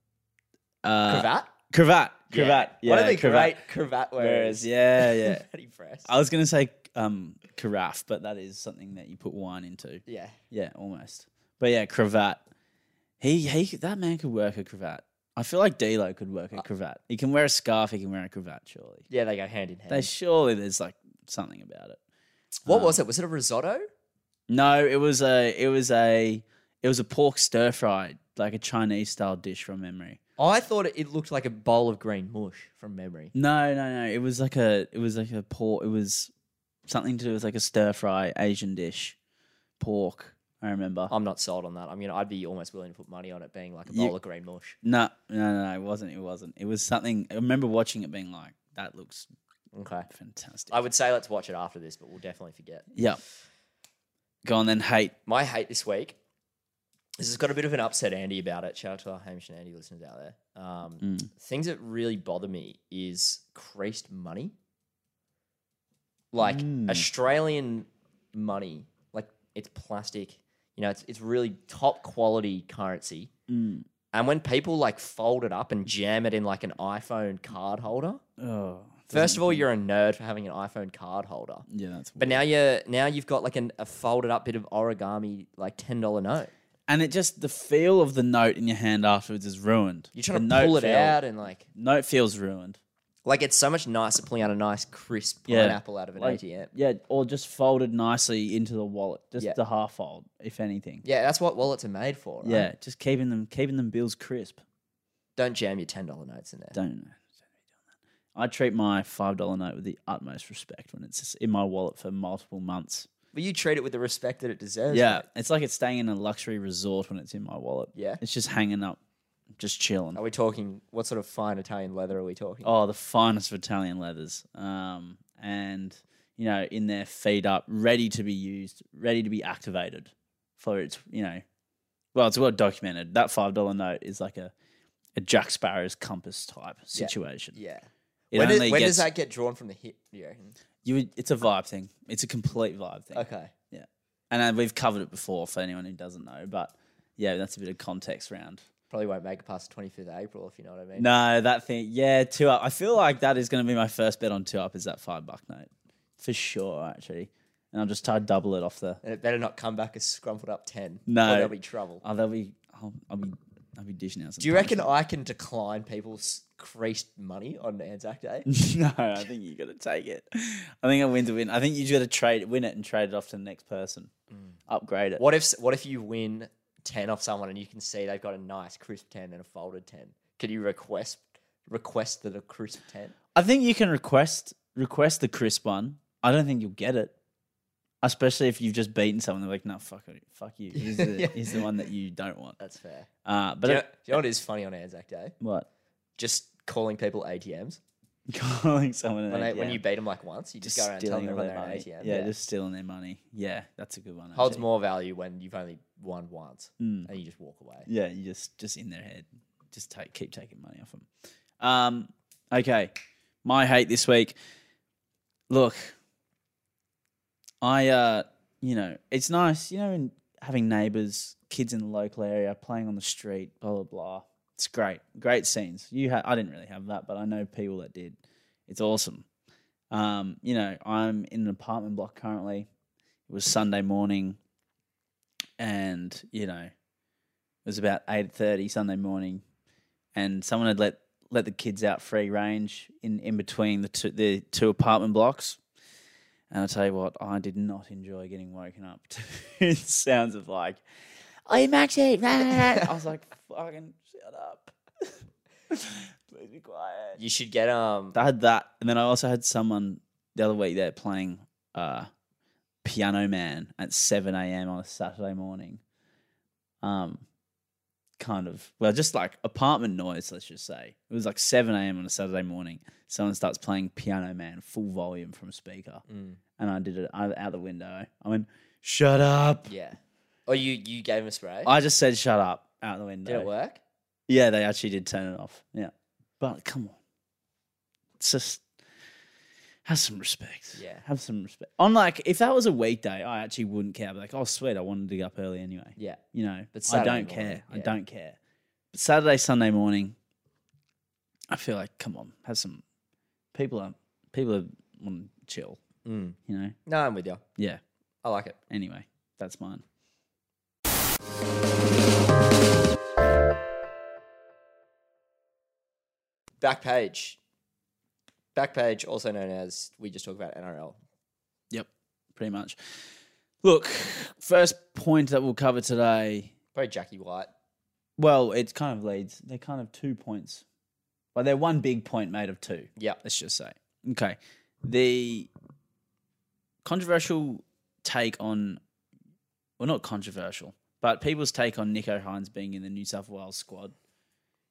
Speaker 1: uh,
Speaker 2: cravat.
Speaker 1: Cravat. Cravat. Yeah.
Speaker 2: One of the
Speaker 1: cravat.
Speaker 2: great cravat
Speaker 1: Whereas,
Speaker 2: wearers.
Speaker 1: yeah, yeah.
Speaker 2: Pretty fresh.
Speaker 1: I was gonna say um carafe, but that is something that you put wine into.
Speaker 2: yeah.
Speaker 1: Yeah, almost. But yeah, cravat. He he could- that man could work a cravat. I feel like D'Lo could work a cravat. He can wear a scarf. He can wear a cravat. Surely,
Speaker 2: Yeah, they uh, go hand in hand.
Speaker 1: they surely there's like something about it.
Speaker 2: what
Speaker 1: um,
Speaker 2: was it? Was it a risotto?
Speaker 1: No, it was a it was a it was a pork stir fry, like a Chinese style dish from memory.
Speaker 2: I thought it, it looked like a bowl of green mush from memory.
Speaker 1: No, no, no. It was like a it was like a pork. It was something to do with like a stir fry Asian dish, pork. I remember.
Speaker 2: I'm not sold on that. I mean, I'd be almost willing to put money on it being like a
Speaker 1: You-
Speaker 2: bowl of green mush.
Speaker 1: No, no, no, no, it wasn't. It wasn't. It was something. I remember watching it, being like, "That looks
Speaker 2: Okay.
Speaker 1: fantastic."
Speaker 2: I would say let's watch it after this, but we'll definitely forget.
Speaker 1: yeah. Go on then. Hate.
Speaker 2: My hate this week. This has got a bit of an upset Andy about it. Shout out to our Hamish and Andy listeners out there. Um,
Speaker 1: Mm.
Speaker 2: Things that really bother me is creased money, like
Speaker 1: Mm.
Speaker 2: Australian money. Like it's plastic. You know, it's it's really top quality currency.
Speaker 1: Mm.
Speaker 2: And when people like fold it up and jam it in like an iPhone card holder,
Speaker 1: Oh.
Speaker 2: first of all, you're a nerd for having an iPhone card holder.
Speaker 1: Yeah, that's.
Speaker 2: But now you're now you've got like an, a folded up bit of origami like ten dollar note.
Speaker 1: and it just the feel of the note in your hand afterwards is ruined.
Speaker 2: You're trying
Speaker 1: The
Speaker 2: to
Speaker 1: note
Speaker 2: pull it
Speaker 1: feel-
Speaker 2: out and like
Speaker 1: Note feels ruined.
Speaker 2: like it's so much nicer pulling out a nice crisp
Speaker 1: Yeah.
Speaker 2: pineapple out of an
Speaker 1: Like-
Speaker 2: ATM.
Speaker 1: Yeah, or just folded nicely into the wallet, just
Speaker 2: Yeah.
Speaker 1: the half fold, if anything.
Speaker 2: Yeah, that's what wallets are made for. Right?
Speaker 1: Yeah, just keeping them keeping them bills crisp.
Speaker 2: don't jam your ten dollar notes in there.
Speaker 1: Don't. don't be doing that. I treat my five dollar note with the utmost respect when it's just in my wallet for multiple months.
Speaker 2: But you treat it with the respect that it deserves.
Speaker 1: Yeah,
Speaker 2: mate.
Speaker 1: it's like it's staying in a luxury resort when it's in my wallet.
Speaker 2: yeah.
Speaker 1: It's just hanging up, just chilling.
Speaker 2: Are we talking what sort of fine Italian leather are we talking?
Speaker 1: Oh, the finest of Italian leathers, um, and you know, in their feed up, ready to be used, ready to be activated for its, you know, well, it's well documented. That five dollar note is like a a Jack Sparrow's compass type situation.
Speaker 2: Yeah.
Speaker 1: It
Speaker 2: when did-
Speaker 1: only
Speaker 2: when
Speaker 1: gets-
Speaker 2: does that get drawn from the hip? You reckon?
Speaker 1: You would, it's a vibe thing. It's a complete vibe thing.
Speaker 2: Okay.
Speaker 1: And uh, we've covered it before for anyone who doesn't know, but yeah, that's a bit of context round.
Speaker 2: Probably won't make it past the twenty fifth of April if you know what I mean.
Speaker 1: No, that thing, yeah, two up. I feel like that is going to be my first bet on two up is that five buck note for sure, actually. And I'll just try to double it off the.
Speaker 2: And it better not come back as scrumpled up ten.
Speaker 1: No.
Speaker 2: Or there'll be trouble.
Speaker 1: Oh, that'll be. I'll, I'll be. I'll be dishing out. Some
Speaker 2: Do you reckon I can decline people's creased money on Anzac Day?
Speaker 1: no, I think you got to take it. I think I win to win. I think you just got to trade, win it, and trade it off to the next person. Upgrade it.
Speaker 2: Mm. What if what if you win ten off someone and you can see they've got a nice crisp ten and a folded ten? Can you request request that a crisp ten?
Speaker 1: I think you can request request the crisp one. I don't think you'll get it, especially if you've just beaten someone. They're like, "No, fuck it, fuck you." Here's the,
Speaker 2: Yeah.
Speaker 1: here's the one that you don't want.
Speaker 2: That's fair.
Speaker 1: Uh, but
Speaker 2: Do you, know,
Speaker 1: it-
Speaker 2: do you know what is funny on Anzac Day?
Speaker 1: what
Speaker 2: Just calling people ATMs.
Speaker 1: calling someone an
Speaker 2: When, they,
Speaker 1: ATM.
Speaker 2: when you beat them like once, you just,
Speaker 1: just
Speaker 2: go around telling
Speaker 1: stealing
Speaker 2: them
Speaker 1: all
Speaker 2: when
Speaker 1: their
Speaker 2: they're an
Speaker 1: money?
Speaker 2: ATM.
Speaker 1: yeah, just stealing their money. Yeah, that's a good one.
Speaker 2: holds
Speaker 1: actually.
Speaker 2: more value when you've only won once
Speaker 1: Mm.
Speaker 2: and you just walk away.
Speaker 1: Yeah, you just just in their head, just take keep taking money off them. Um, okay, my hate this week. Look, I uh, you know, it's nice, you know, in having neighbors, kids in the local area, playing on the street, blah blah blah. It's great, great scenes. You, ha- I didn't really have that, but I know people that did. It's awesome. Um, you know, I'm in an apartment block currently. It was Sunday morning, and you know, it was about eight thirty Sunday morning, and someone had let let the kids out free range in in between the two the two apartment blocks. And I tell you what, I did not enjoy getting woken up to sounds of like, "Oi, Maxie!" rah, rah, rah." I was like, "Fucking shut up, please be quiet."
Speaker 2: You should get um.
Speaker 1: I had that, and then I also had someone the other week there playing uh, Piano Man at seven a.m. on a Saturday morning. Um, kind of well, just like apartment noise. Let's just say it was like seven a.m. on a Saturday morning. Someone starts playing Piano Man full volume from a speaker,
Speaker 2: hmm,
Speaker 1: and I did it I, out the window. I went, "Shut up!"
Speaker 3: Yeah.
Speaker 2: Oh,
Speaker 3: Or you you gave him a spray.
Speaker 1: I just said, "Shut up!" out the window.
Speaker 3: Did it work?
Speaker 1: Yeah, they actually did turn it off. Yeah, but come on, it's just have some respect.
Speaker 3: Yeah.
Speaker 1: have some respect. On like, if that was a weekday, I actually wouldn't care. I'd be like, oh sweet, I wanted to get up early anyway.
Speaker 3: Yeah.
Speaker 1: You know,
Speaker 2: But
Speaker 1: I
Speaker 2: Saturday
Speaker 1: don't
Speaker 2: morning,
Speaker 1: care. I
Speaker 2: yeah.
Speaker 1: don't care. But Saturday, Sunday morning, I feel like, come on, have some people are people are want to chill.
Speaker 2: Mm.
Speaker 1: You know,
Speaker 2: No, I'm with you.
Speaker 1: yeah.
Speaker 2: I like it.
Speaker 1: Anyway, that's mine.
Speaker 2: Back page. Back page, also known as we just talk about NRL.
Speaker 1: Yep, pretty much. Look, first point that we'll cover today
Speaker 2: Probably Jackie White.
Speaker 1: Well, it's kind of leads. They're kind of two points. Well, they're one big point made of two.
Speaker 2: Yeah.
Speaker 1: Let's just say. Okay. The controversial take on, well, not controversial, but people's take on Nico Hines being in the New South Wales squad.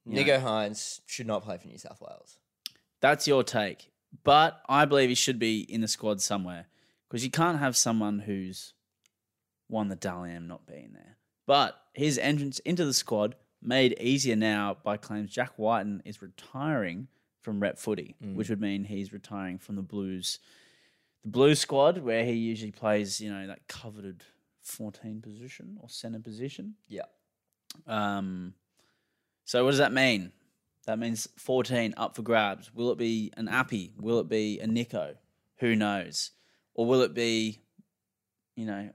Speaker 1: Yeah.
Speaker 2: Nico Hines should not play for New South Wales.
Speaker 1: That's your take. But I believe he should be in the squad somewhere because you can't have someone who's won the Dally M not being there. But his entrance into the squad made easier now by claims Jack Whiten is retiring from rep footy, which would mean he's retiring from the Blues, the Blues squad where he usually plays, you know, that coveted 14 position or centre position.
Speaker 2: Yeah.
Speaker 1: Um, so what does that mean? That means 14 up for grabs. Will it be an Appy? Will it be a Nico? Who knows? Or will it be, you know,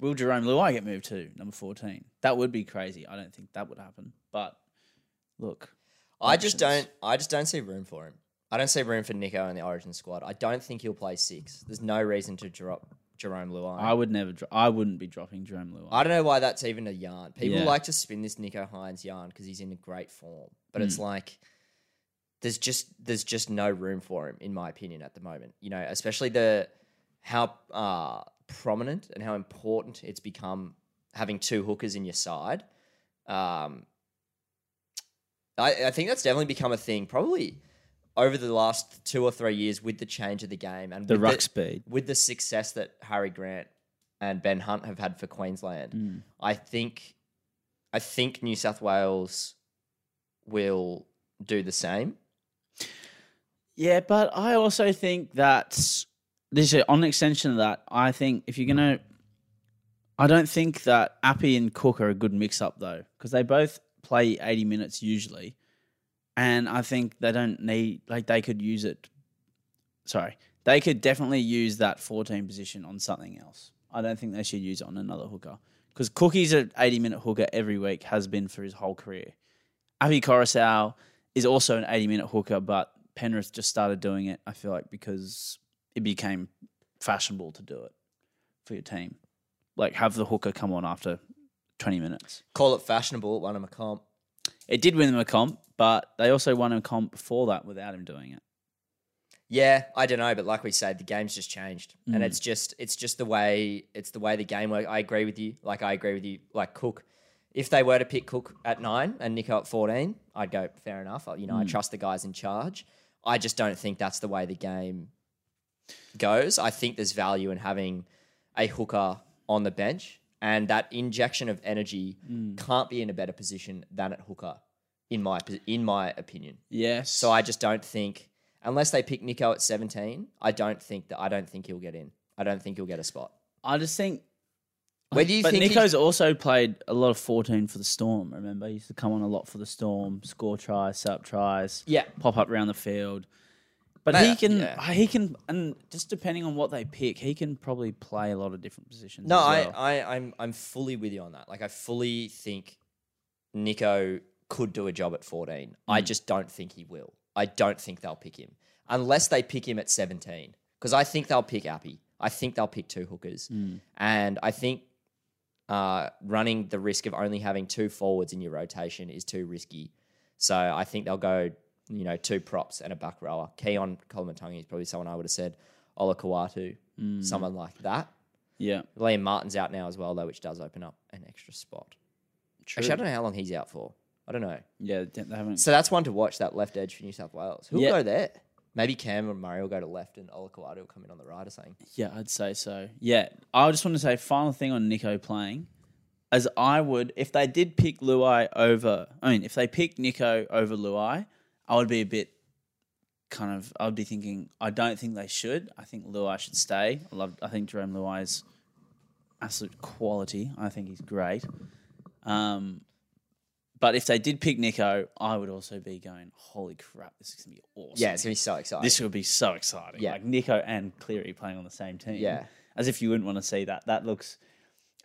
Speaker 1: will Jerome Luai get moved to number 14? That would be crazy. I don't think that would happen. But look,
Speaker 2: I just
Speaker 1: Options.
Speaker 2: don't I just don't see room for him. I don't see room for Nico in the origin squad. I don't think he'll play six. There's no reason to drop Jerome Luai.
Speaker 1: I would never, dro- I wouldn't be dropping Jerome Luai.
Speaker 2: I don't know why that's even a yarn. People
Speaker 1: Yeah.
Speaker 2: like to spin this Nico Hines yarn because he's in a great form, but
Speaker 1: Hmm.
Speaker 2: it's like there's just there's just no room for him, in my opinion, at the moment. You know, especially the how uh, prominent and how important it's become having two hookers in your side. Um, I, I think that's definitely become a thing, probably over the last two or three years with the change of the game and
Speaker 1: the
Speaker 2: with
Speaker 1: ruck speed.
Speaker 2: with the success that Harry Grant and Ben Hunt have had for Queensland,
Speaker 1: Mm.
Speaker 2: I think I think New South Wales will do the same.
Speaker 1: Yeah, but I also think that this is on an extension of that. I think if you're gonna, I don't think that Appy and Cook are a good mix up though, because they both play 80 minutes usually, and I think they don't need like they could use it. Sorry, they could definitely use that 14 position on something else. I don't think they should use it on another hooker because Cookie's an 80 minute hooker every week has been for his whole career. Avi Coruscant is also an 80 minute hooker, but Penrith just started doing it, I feel like, because it became fashionable to do it for your team. Like, have the hooker come on after 20 minutes.
Speaker 2: Call it fashionable, it won him a comp.
Speaker 1: It did win them a comp, but they also won a comp before that without him doing it.
Speaker 2: Yeah, I don't know, but like we said, the game's just changed, and it's just it's just the way it's the way the game works. I agree with you. Like I agree with you. Like Cook, if they were to pick Cook at nine and Nico at fourteen, I'd go fair enough. I- You know, I trust the guys in charge. I just don't think that's the way the game goes. I think there's value in having a hooker on the bench, and that injection of energy can't be in a better position than at hooker, in my in my opinion.
Speaker 1: Yes.
Speaker 2: So I just don't think unless they pick Nico at 17, I don't think that I don't think he'll get in. I don't think he'll get a spot.
Speaker 1: I just think.
Speaker 2: Whether you
Speaker 1: but
Speaker 2: think he-
Speaker 1: Nico's also played a lot of 14 for the Storm, remember? He used to come on a lot for the Storm, score tries, set up tries.
Speaker 2: Yeah.
Speaker 1: pop up round the field. But
Speaker 2: Mate,
Speaker 1: he can,
Speaker 2: yeah.
Speaker 1: he can, and just depending on what they pick, he can probably play a lot of different positions.
Speaker 2: No,
Speaker 1: as
Speaker 2: I,
Speaker 1: well.
Speaker 2: I I'm I'm fully with you on that. Like I fully think Nico could do a job at 14.
Speaker 1: Hmm.
Speaker 2: I just don't think he will. I don't think they'll pick him unless they pick him at 17 because I think they'll pick Appy. I think they'll pick two hookers.
Speaker 1: Hmm.
Speaker 2: And I think uh, running the risk of only having two forwards in your rotation is too risky. So I think they'll go, you know, two props and a back rower. Keon Colomatungi is probably someone I would have said, Ola Kawatu,
Speaker 1: Hmm.
Speaker 2: someone like that.
Speaker 1: yeah,
Speaker 2: Liam Martin's out now as well, though, which does open up an extra spot. Actually, I don't know how long he's out for. I don't know.
Speaker 1: Yeah, they haven't.
Speaker 2: So that's one to watch. That left edge for New South Wales. Who'll
Speaker 1: Yeah.
Speaker 2: go there? Maybe Cam or Murray will go to left, and Olakuwada will come in on the right or something.
Speaker 1: Yeah, I'd say so. Yeah, I just want to say final thing on Nico playing, as I would if they did pick Luai over. I mean, if they picked Nico over Luai, I would be a bit kind of. I'd be thinking I don't think they should. I think Luai should stay. I love. I think Jerome Luai is absolute quality. I think he's great. Um, but if they did pick Nico, I would also be going, holy crap, this is gonna be awesome.
Speaker 2: Yeah, it's gonna be so exciting.
Speaker 1: This would be so exciting.
Speaker 2: Yeah.
Speaker 1: Like Nico and Cleary playing on the same team.
Speaker 2: Yeah.
Speaker 1: As if you wouldn't want to see that. That looks,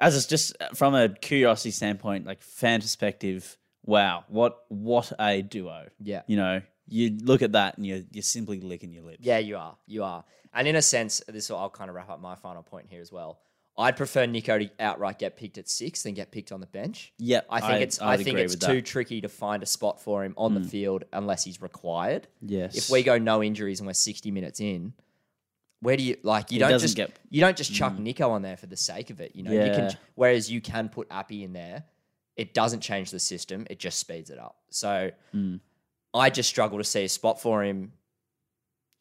Speaker 1: as it's just uh, from a curiosity standpoint, like fan perspective, wow, what what a duo.
Speaker 2: yeah,
Speaker 1: You know, you look at that and you're, you're simply licking your lips.
Speaker 2: yeah, you are, you are. And in a sense, this will, I'll kind of wrap up my final point here as well. I'd prefer Nico to outright get picked at six than get picked on the bench.
Speaker 1: Yep,
Speaker 2: I think
Speaker 1: I-
Speaker 2: it's I
Speaker 1: I'd
Speaker 2: think
Speaker 1: agree
Speaker 2: it's
Speaker 1: with
Speaker 2: too
Speaker 1: that. Hmm.
Speaker 2: tricky to find a spot for him on the field unless he's required.
Speaker 1: Yes.
Speaker 2: If we go no injuries and we're sixty minutes in, where do you like you don't
Speaker 1: doesn't
Speaker 2: just
Speaker 1: get- Mm.
Speaker 2: you don't just chuck Nico on there for the sake of it, you know? You
Speaker 1: Yeah.
Speaker 2: can whereas you can put Appy in there. It doesn't change the system, it just speeds it up. So
Speaker 1: Mm.
Speaker 2: I just struggle to see a spot for him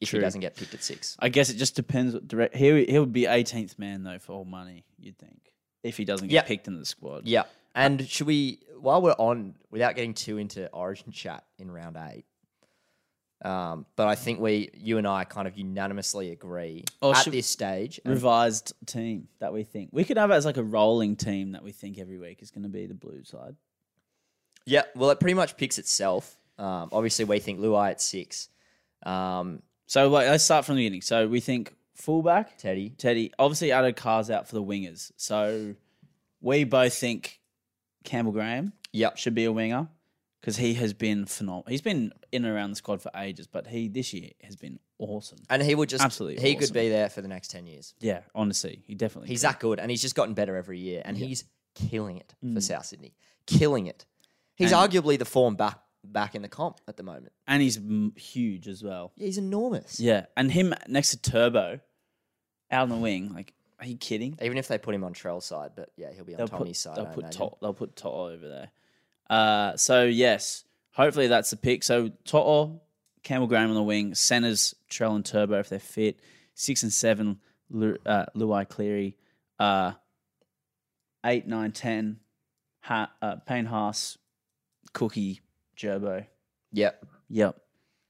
Speaker 2: if
Speaker 1: True.
Speaker 2: he doesn't get picked at six.
Speaker 1: I guess it just depends what direct. He, he would be 18th man, though, for all money, you'd think, if he doesn't get
Speaker 2: Yep.
Speaker 1: picked in the squad.
Speaker 2: Yeah. And should we, while we're on, without getting too into Origin chat in round eight, um, but I think we, you and I, kind of unanimously agree
Speaker 1: Or
Speaker 2: at
Speaker 1: Oh, should-
Speaker 2: this stage. and-
Speaker 1: Revised team that we think. We could have it as like a rolling team that we think every week is going to be the blue side.
Speaker 2: yeah. Well, it pretty much picks itself. Um, obviously, we think Luai at six, um,
Speaker 1: So like, let's start from the beginning. So we think fullback,
Speaker 2: Teddy.
Speaker 1: Teddy. Obviously, Addo Carr's out for the wingers. So we both think Campbell Graham
Speaker 2: Yep.
Speaker 1: should be a winger because he has been phenomenal. He's been in and around the squad for ages, but he this year has been awesome.
Speaker 2: And he would just,
Speaker 1: Absolutely
Speaker 2: he could
Speaker 1: awesome.
Speaker 2: be there for the next 10 years.
Speaker 1: Yeah, honestly, he definitely.
Speaker 2: He's
Speaker 1: could.
Speaker 2: that good, and he's just gotten better every year, and he's killing it for
Speaker 1: Mm.
Speaker 2: South Sydney, killing it. He's arguably the form back back in the comp at the moment.
Speaker 1: and he's m- huge as well.
Speaker 2: Yeah, he's enormous.
Speaker 1: Yeah, and him next to Turbo out on the wing. Like, are you kidding?
Speaker 2: Even if they put him on Trell's side, but yeah, he'll be on Tommy's
Speaker 1: put,
Speaker 2: side.
Speaker 1: They'll
Speaker 2: I
Speaker 1: put
Speaker 2: imagine.
Speaker 1: Tot, they'll put Toto over there. Uh, so yes, hopefully that's the pick. So Toto, Campbell Graham on the wing, centers Trell and Turbo if they're fit. Six and seven, Lu, uh, Luai Cleary. Uh, eight, nine, ten, ha, uh, Payne Haas, Cookie, Gerbo.
Speaker 2: Yep.
Speaker 1: Yep.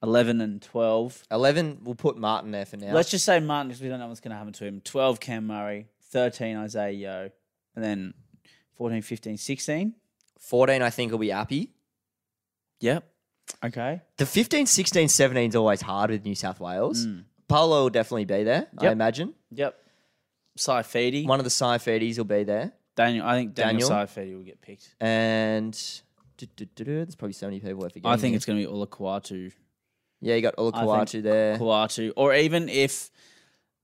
Speaker 1: Eleven and twelve.
Speaker 2: Eleven, we'll put Martin there for now.
Speaker 1: Let's just say Martin because we don't know what's going to happen to him. Twelve, Cam Murray. Thirteen, Isaiah Yo, and then 14, 15, 16.
Speaker 2: Fourteen, I think, will be Appy.
Speaker 1: Yep. Okay.
Speaker 2: The 15, 16, 17 is always hard with New South Wales. Paolo will definitely be there, I
Speaker 1: Mm. Yep.
Speaker 2: imagine.
Speaker 1: Yep. Saifidi.
Speaker 2: One of the Saifedis will be there.
Speaker 1: Daniel. I think Daniel,
Speaker 2: Daniel?
Speaker 1: Saifidi will get picked.
Speaker 2: And du- du- du- du, there's probably so many people I forget.
Speaker 1: I think it's going to be Olakwatu.
Speaker 2: Yeah, you got
Speaker 1: I
Speaker 2: Olakuwatu
Speaker 1: think
Speaker 2: there,
Speaker 1: Kawatu. Or even if,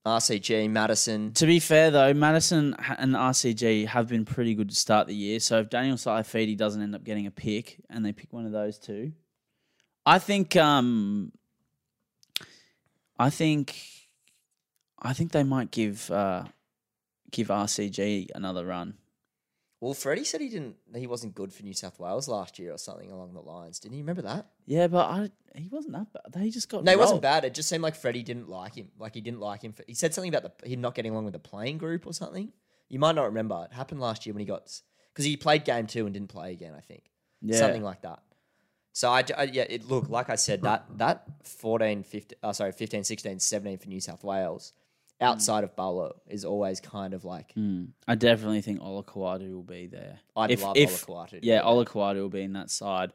Speaker 2: RCG, Madison.
Speaker 1: to be fair though, Madison ha- and RCG have been pretty good to start the year. So if Daniel Saifidi doesn't end up getting a pick and they pick one of those two, I think. um I think. I think they might give uh, give RCG another run.
Speaker 2: Well, Freddie said he didn't he wasn't good for New South Wales last year or something along the lines. Didn't you remember that?
Speaker 1: Yeah, but I, he wasn't that bad. He just got
Speaker 2: No, he wasn't
Speaker 1: rolled.
Speaker 2: bad. It just seemed like Freddie didn't like him. Like he didn't like him. For, he said something about the, him not getting along with the playing group or something. You might not remember. It happened last year when he got because he played game two and didn't play again. I think
Speaker 1: Yeah.
Speaker 2: something like that. So I, d- I- yeah it look like I said that that 14 15 uh, sorry 15 16 17 for New South Wales outside of Barlow is always kind of like
Speaker 1: Mm. I definitely think Olakwadu will be there.
Speaker 2: I'd
Speaker 1: If-
Speaker 2: love
Speaker 1: if-
Speaker 2: Olakuwatu to be
Speaker 1: Yeah,
Speaker 2: there.
Speaker 1: Olakwadu will be in that side,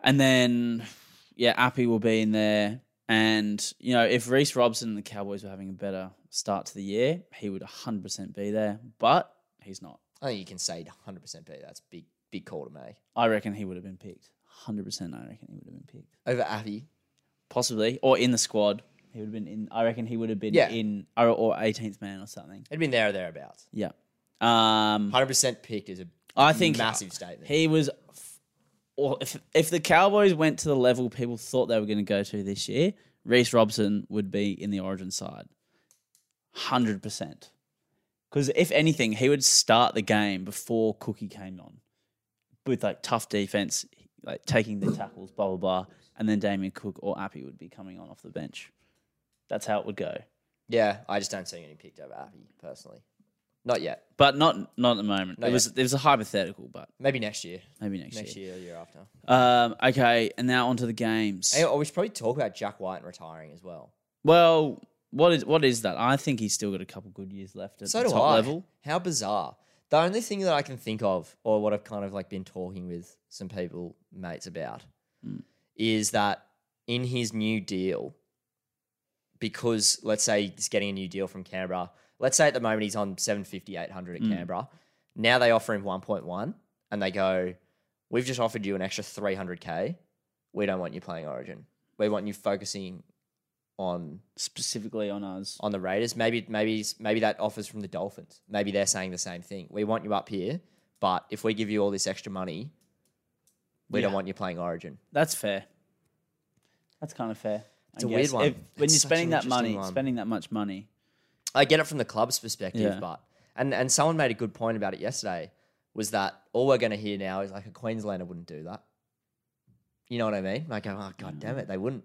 Speaker 1: and then yeah, Appy will be in there. And you know, if Reese Robson and the Cowboys were having a better start to the year, he would 100 percent be there. But he's not.
Speaker 2: I think you can say 100 percent be that's a big big call to make
Speaker 1: I reckon he would have been picked. 100 percent. I reckon he would have been picked,
Speaker 2: over Avi.
Speaker 1: possibly, or in the squad. He would have been in. I reckon he would have been
Speaker 2: Yeah.
Speaker 1: in or, or 18th man or something.
Speaker 2: It'd been there or thereabouts.
Speaker 1: Yeah. Um,
Speaker 2: 100 percent picked is a
Speaker 1: I think
Speaker 2: massive statement.
Speaker 1: He was. f- Well, if if the Cowboys went to the level people thought they were going to go to this year, Reese Robson would be in the Origin side, hundred percent. Because if anything, he would start the game before Cookie came on. with like tough defense, like taking the tackles, blah blah blah, and then Damien Cook or Appy would be coming on off the bench. That's how it would go.
Speaker 2: Yeah, I just don't see any picked over Appy personally. Not yet.
Speaker 1: But not not at the moment.
Speaker 2: Not
Speaker 1: it was it was a hypothetical, but
Speaker 2: Maybe next year.
Speaker 1: maybe next,
Speaker 2: Next
Speaker 1: year.
Speaker 2: year, or year after.
Speaker 1: Um, okay, and now onto the games.
Speaker 2: Anyway, we should probably talk about Jack White and retiring as well.
Speaker 1: Well, what is what is that? I think he's still got a couple good years left at
Speaker 2: So
Speaker 1: the
Speaker 2: do
Speaker 1: top
Speaker 2: I.
Speaker 1: level.
Speaker 2: How bizarre. The only thing that I can think of, or what I've kind of like been talking with some people, mates about,
Speaker 1: Hmm.
Speaker 2: is that in his new deal, because let's say he's getting a new deal from Canberra, let's say at the moment he's on 750, 800 at
Speaker 1: Hmm.
Speaker 2: Canberra. Now they offer him 1.1 and they go, We've just offered you an extra 300K. We don't want you playing Origin. We want you focusing on
Speaker 1: Specifically on us.
Speaker 2: on the Raiders. Maybe maybe maybe that offers from the Dolphins. Maybe they're saying the same thing. We want you up here, but if we give you all this extra money, we don't
Speaker 1: Yeah.
Speaker 2: want you playing Origin.
Speaker 1: That's fair. That's kind of fair.
Speaker 2: It's a weird one.
Speaker 1: If- when
Speaker 2: It's
Speaker 1: you're
Speaker 2: such an
Speaker 1: spending that
Speaker 2: interesting
Speaker 1: money,
Speaker 2: one.
Speaker 1: spending that much money.
Speaker 2: I get it from the club's perspective,
Speaker 1: Yeah.
Speaker 2: but and and someone made a good point about it yesterday was that all we're going to hear now is like a Queenslander wouldn't do that. You know what I mean? Like, oh god damn it, they wouldn't.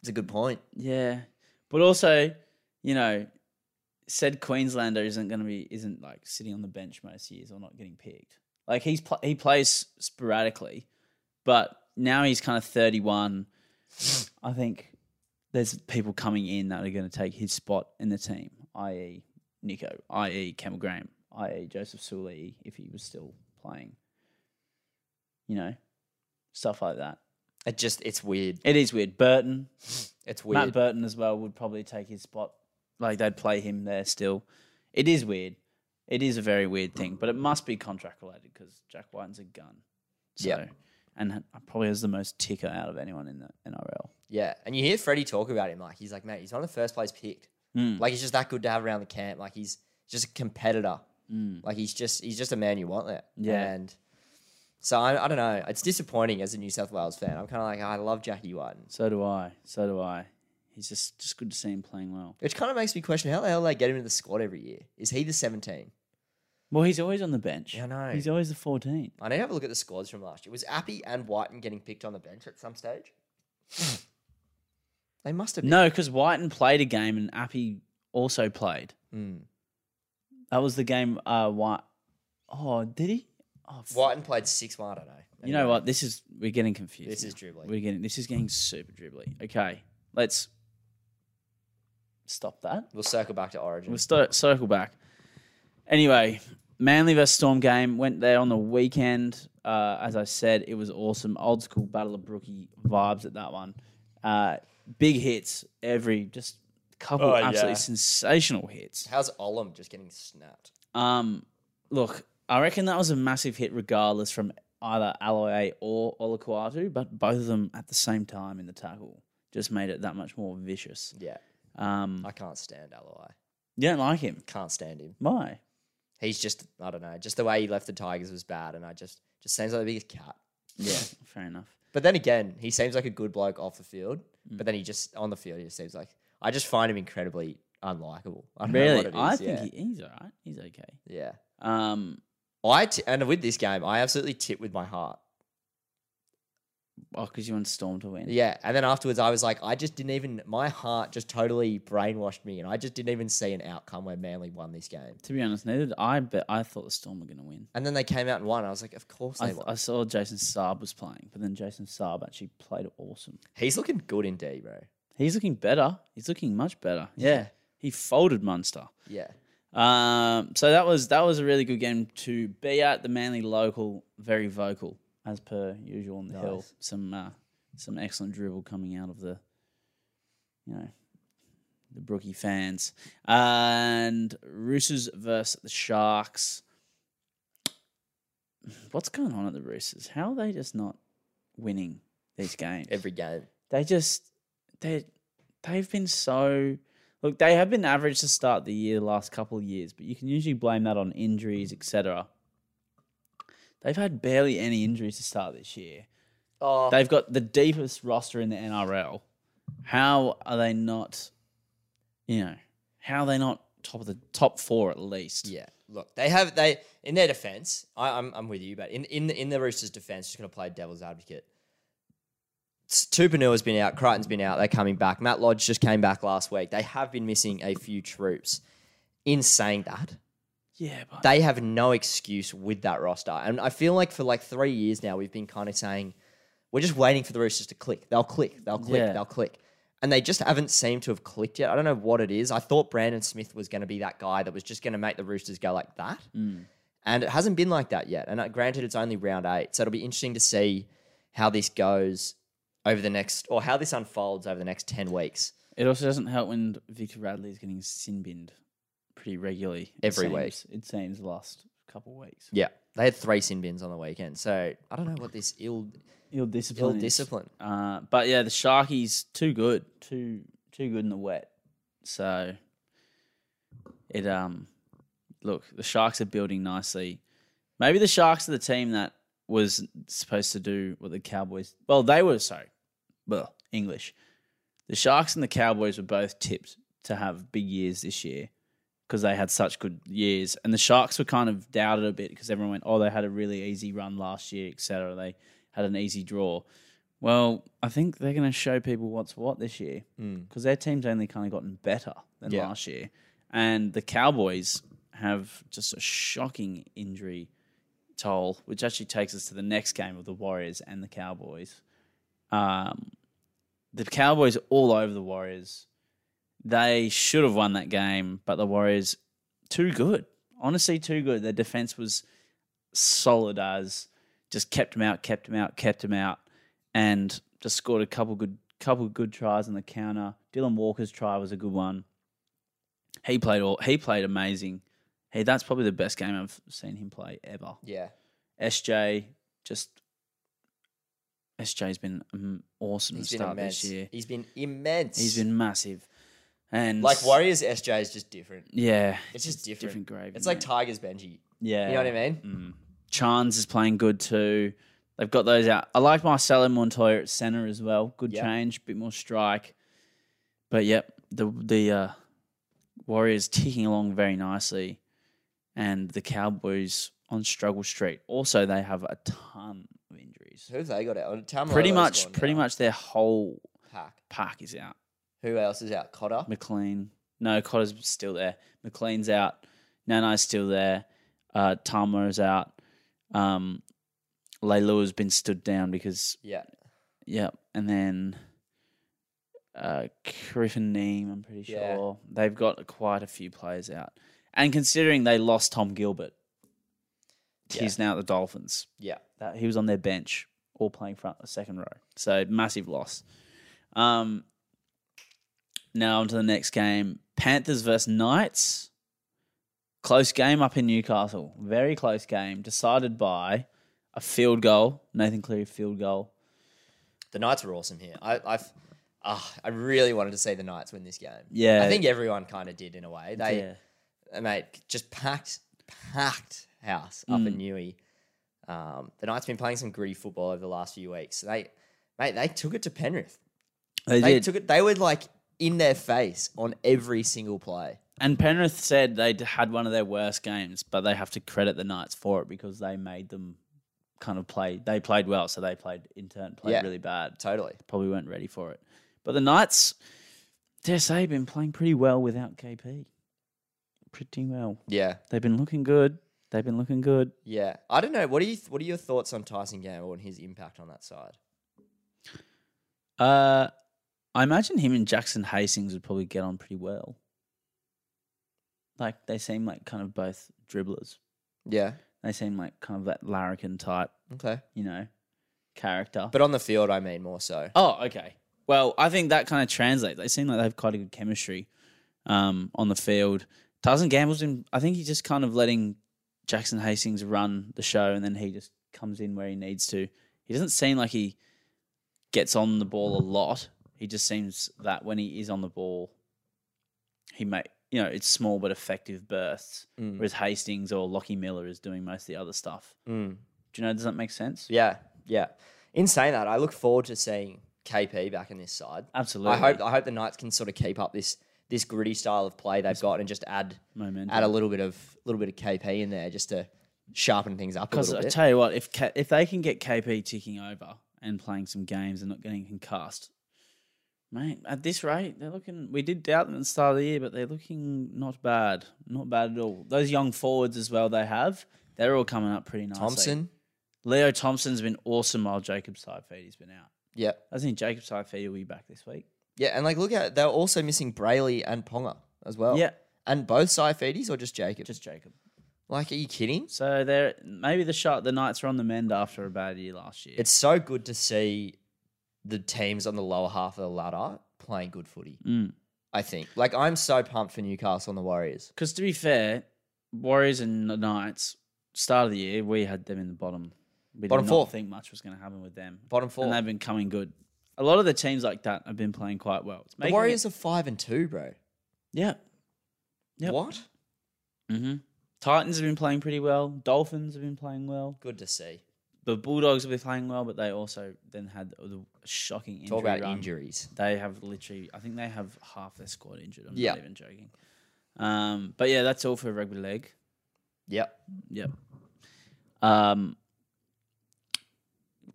Speaker 2: It's a good point.
Speaker 1: Yeah. But also, you know, said Queenslander isn't going to be isn't like sitting on the bench most years or not getting picked. Like he's pl- he plays sporadically, but now he's kind of 31. I think there's people coming in that are going to take his spot in the team, i.e. Nico, i.e. Campbell Graham, i.e. Joseph Sully if he was still playing. You know, stuff like that.
Speaker 2: It just it's weird.
Speaker 1: It is weird. Burton,
Speaker 2: It's weird.
Speaker 1: Matt Burton as well would probably take his spot. Like they'd play him there still. It is weird. It is a very weird thing, but it must be contract related because Jack Whiten's a gun. So,
Speaker 2: Yep.
Speaker 1: and ha- probably has the most ticker out of anyone in the NRL.
Speaker 2: Yeah, and you hear Freddie talk about him like he's like, mate, he's one of the first players picked.
Speaker 1: Hmm.
Speaker 2: Like he's just that good to have around the camp. Like he's just a competitor. Like he's just he's just a man you want there.
Speaker 1: Hmm. Yeah.
Speaker 2: and so I, I don't know. It's disappointing as a New South Wales fan. I'm kind of like I love Jackie Whiten,
Speaker 1: So do I. So do I. He's just just good to see him playing well.
Speaker 2: which kind of makes me question how the hell they get him into the squad every year. Is he the 17?
Speaker 1: Well, he's always on the bench.
Speaker 2: Yeah, I know.
Speaker 1: He's always the 14.
Speaker 2: I need to have a look at the squads from last year. Was Appy and Whiten getting picked on the bench at some stage? they must have. Been.
Speaker 1: No, because Whiten played a game and Appy also played.
Speaker 2: Mm.
Speaker 1: That was the game. Uh, White. Oh, did he? Oh,
Speaker 2: Whiten played six one. I don't know.
Speaker 1: You know what? This is we're getting confused.
Speaker 2: This is
Speaker 1: now.
Speaker 2: dribbling.
Speaker 1: We're getting this is getting super dribbly. Okay, let's stop that.
Speaker 2: We'll circle back to Origin.
Speaker 1: We'll start, circle back. Anyway, Manly vs Storm game went there on the weekend. Uh, as I said, it was awesome. Old school Battle of Brookie vibes at that one. Uh, big hits every just couple
Speaker 2: Oh,
Speaker 1: absolutely
Speaker 2: yeah.
Speaker 1: sensational hits.
Speaker 2: How's Olam just getting snapped?
Speaker 1: Um, look, I reckon that was a massive hit, regardless from either Aloe or Olakuatu, but both of them at the same time in the tackle just made it that much more vicious.
Speaker 2: Yeah,
Speaker 1: Um,
Speaker 2: I can't stand Aloi.
Speaker 1: you don't like him,
Speaker 2: Can't stand him.
Speaker 1: why?
Speaker 2: He's just I don't know. Just the way he left the Tigers was bad, and I just just seems like the biggest cat.
Speaker 1: Yeah, fair enough.
Speaker 2: But then again, he seems like a good bloke off the field.
Speaker 1: Mm.
Speaker 2: But then he just on the field, he just seems like I just find him incredibly unlikable. I don't know
Speaker 1: Really,
Speaker 2: what it is.
Speaker 1: I think
Speaker 2: yeah.
Speaker 1: he, he's all right. He's okay.
Speaker 2: yeah.
Speaker 1: Um,
Speaker 2: I t- and with this game, I absolutely tipped with my heart.
Speaker 1: oh, because you want Storm to win.
Speaker 2: Yeah, and then afterwards, I was like, I just didn't even. My heart just totally brainwashed me, and I just didn't even see an outcome where Manly won this game.
Speaker 1: To be honest, neither did I, but I thought the Storm were going to win.
Speaker 2: And then they came out and won. I was like, of course they
Speaker 1: I,
Speaker 2: won.
Speaker 1: I saw Jason Saab was playing, but then Jason Saab actually played awesome.
Speaker 2: He's looking good in D, bro.
Speaker 1: He's looking better. He's looking much better. Yeah. He folded Munster.
Speaker 2: Yeah.
Speaker 1: Um, so that was that was a really good game to be at. The Manly local, very vocal as per usual on the hill.
Speaker 2: Nice.
Speaker 1: Some uh, some excellent dribble coming out of the, you know, the Brookie fans. And Roosters versus the Sharks. What's going on at the Roosters? How are they just not winning these games?
Speaker 2: Every game.
Speaker 1: they just they they've been so look they have been average to start the year the last couple of years but you can usually blame that on injuries etc they've had barely any injuries to start this year
Speaker 2: Oh,
Speaker 1: they've got the deepest roster in the nrl how are they not you know how are they not top of the top four at least.
Speaker 2: Yeah, look, they have they in their defense. I, I'm I'm with you, but in in the, in the Roosters' defense, just going to play devil's advocate. Tupanua's been out, Crichton's been out. They're coming back. Matt Lodge just came back last week. They have been missing a few troops. In saying that,
Speaker 1: Yeah, but
Speaker 2: they have no excuse with that roster. And I feel like for like three years now, we've been kind of saying, we're just waiting for the Roosters to click. They'll click, they'll click,
Speaker 1: Yeah.
Speaker 2: they'll click. And they just haven't seemed to have clicked yet. I don't know what it is. I thought Brandon Smith was going to be that guy that was just going to make the Roosters go like that. And it hasn't been like that yet. And uh, granted, it's only round eight. So it'll be interesting to see how this goes over the next, or how this unfolds over the next 10 weeks.
Speaker 1: it also doesn't help when Victor Radley's getting sin binned pretty regularly. it
Speaker 2: Every week.
Speaker 1: seems. It seems the last couple weeks.
Speaker 2: Yeah. They had three sin bins on the weekend. So I don't know what this ill,
Speaker 1: Ill
Speaker 2: ill
Speaker 1: discipline. is-
Speaker 2: discipline.
Speaker 1: Uh, but yeah, the Sharkies too good, too too good in the wet. So it um look, the Sharks are building nicely. Maybe the Sharks are the team that was supposed to do what the Cowboys. Well, they were sorry. Well, English. The Sharks and the Cowboys were both tipped to have big years this year because they had such good years, and the Sharks were kind of doubted a bit because everyone went, "Oh, they had a really easy run last year, etc. They had an easy draw." Well, I think they're going to show people what's what this year because their team's only kind of gotten better than
Speaker 2: Yeah.
Speaker 1: last year. And the Cowboys have just a shocking injury toll, which actually takes us to the next game of the Warriors and the Cowboys. Um, the Cowboys are all over the Warriors. They should have won that game, but the Warriors too good. Honestly, too good. Their defense was solid as just kept them out, kept them out, kept them out, and just scored a couple good couple good tries on the counter. Dylan Walker's try was a good one. He played all he played amazing. Hey, that's probably the best game I've seen him play ever.
Speaker 2: Yeah.
Speaker 1: SJ just SJ's been um, awesome to
Speaker 2: He's been
Speaker 1: start
Speaker 2: immense.
Speaker 1: this year.
Speaker 2: He's been immense.
Speaker 1: He's been massive, and
Speaker 2: like Warriors SJ is just different.
Speaker 1: Yeah,
Speaker 2: It's just different.
Speaker 1: different gravy.
Speaker 2: It's like
Speaker 1: mate.
Speaker 2: Tigers Benji.
Speaker 1: yeah,
Speaker 2: You know what I mean?
Speaker 1: Mm. Chans is playing good too. They've got those out. I like Marcelo Montoya at center as well. Good
Speaker 2: Yep.
Speaker 1: change, bit more strike. But yep, the the uh, Warriors ticking along very nicely, and the Cowboys on struggle street. Also, they have a ton of injuries.
Speaker 2: Who have they got out? Tamarolo's
Speaker 1: pretty much,
Speaker 2: gone
Speaker 1: pretty
Speaker 2: now.
Speaker 1: much their whole
Speaker 2: Pack.
Speaker 1: pack is out.
Speaker 2: Who else is out? Cotter.
Speaker 1: McLean, no, Cotter's still there. McLean's out. Nanai's still there. Uh, Tamo's out. Um, Leilua's been stood down because
Speaker 2: Yeah.
Speaker 1: yeah, and then uh, Griffin Neem, I'm pretty sure
Speaker 2: Yeah.
Speaker 1: they've got quite a few players out. And considering they lost Tom Gilbert, he's now at the Dolphins
Speaker 2: Yeah.
Speaker 1: that he was on their bench, all playing front second row. So massive loss. Um, now on to the next game: Panthers versus Knights. Close game up in Newcastle. Very close game, decided by a field goal. Nathan Cleary field goal.
Speaker 2: The Knights are awesome here. I, I've, ah, I really wanted to see the Knights win this game.
Speaker 1: Yeah.
Speaker 2: I think everyone kind of did in a way. They,
Speaker 1: yeah,
Speaker 2: uh, mate, just packed, packed house up in
Speaker 1: Mm.
Speaker 2: Newey. Um, the Knights been playing some gritty football over the last few weeks. They, mate, they took it to Penrith.
Speaker 1: they,
Speaker 2: They
Speaker 1: did.
Speaker 2: took it. They were like in their face on every single play.
Speaker 1: and Penrith said they d- had one of their worst games, but they have to credit the Knights for it because they made them kind of play. They played well, so they played in turn played
Speaker 2: Yeah.
Speaker 1: really bad.
Speaker 2: Totally.
Speaker 1: probably weren't ready for it. But the Knights, dare say, have been playing pretty well without KP. Pretty well.
Speaker 2: Yeah.
Speaker 1: They've been looking good. They've been looking good.
Speaker 2: Yeah. I don't know. What do you? What are your thoughts on Tyson Gamble and his impact on that side?
Speaker 1: Uh, I imagine him and Jackson Hastings would probably get on pretty well. Like they seem like kind of both dribblers.
Speaker 2: Yeah.
Speaker 1: They seem like kind of that larrikin type,
Speaker 2: Okay.
Speaker 1: you know, character.
Speaker 2: But on the field, I mean more so.
Speaker 1: Oh, okay. Well, I think that kind of translates. They seem like they have quite a good chemistry um, on the field. Tarzan Gamble's in. I think he's just kind of letting Jackson Hastings run the show, and then he just comes in where he needs to. He doesn't seem like he gets on the ball a lot. He just seems that when he is on the ball, he make you know it's small but effective bursts.
Speaker 2: Mm.
Speaker 1: Whereas Hastings or Lockie Miller is doing most of the other stuff.
Speaker 2: Mm.
Speaker 1: Do you know? Does that make sense?
Speaker 2: Yeah. Yeah. In saying that, I look forward to seeing KP back in this side.
Speaker 1: Absolutely.
Speaker 2: I hope. I hope the Knights can sort of keep up this
Speaker 3: this gritty style of play they've got and just add
Speaker 1: Momentum.
Speaker 3: add a little bit of little bit of KP in there just to sharpen things up a
Speaker 1: Because
Speaker 2: uh,
Speaker 3: little
Speaker 1: I
Speaker 3: bit.
Speaker 1: tell you what, if K- if they can get KP ticking over and playing some games and not getting concussed, mate, at this rate, they're looking. We did doubt them at the start of the year, but they're looking not bad, not bad at all. Those young forwards as well, they have. They're all coming up pretty nicely.
Speaker 3: Thompson,
Speaker 1: Leo Thompson's been awesome while Jacob Saifedi's been out.
Speaker 3: yeah,
Speaker 1: I think Jacob Saifedi will be back this week.
Speaker 3: yeah, and like look at they're also missing Brayley and Ponga as well.
Speaker 1: Yeah,
Speaker 3: and both Saifedis or just Jacob.
Speaker 1: just Jacob.
Speaker 3: like, are you kidding?
Speaker 1: So they're maybe the shot the Knights are on the mend after a bad year last year.
Speaker 3: It's so good to see the teams on the lower half of the ladder playing good footy.
Speaker 1: Mm.
Speaker 3: I think. Like, I'm so pumped for Newcastle and the Warriors.
Speaker 1: Because to be fair, Warriors and the Knights start of the year we had them in the bottom. We
Speaker 3: Bottom
Speaker 1: did
Speaker 3: four.
Speaker 1: not think much was going to happen with them,
Speaker 3: Bottom four.
Speaker 1: and they've been coming good. A lot of the teams like that have been playing quite well. It's
Speaker 3: The
Speaker 1: making it-
Speaker 3: Warriors are five and two, bro.
Speaker 1: yeah. Yep.
Speaker 3: What?
Speaker 1: hmm Titans have been playing pretty well. Dolphins have been playing well.
Speaker 3: Good to see.
Speaker 1: The Bulldogs have been playing well, but they also then had the shocking injury.
Speaker 3: Talk about
Speaker 1: run.
Speaker 3: injuries.
Speaker 1: They have literally, I think they have half their squad injured. I'm
Speaker 3: Yeah.
Speaker 1: not even joking. Um, but yeah, that's all for rugby league.
Speaker 3: Yep.
Speaker 1: Yep. Um,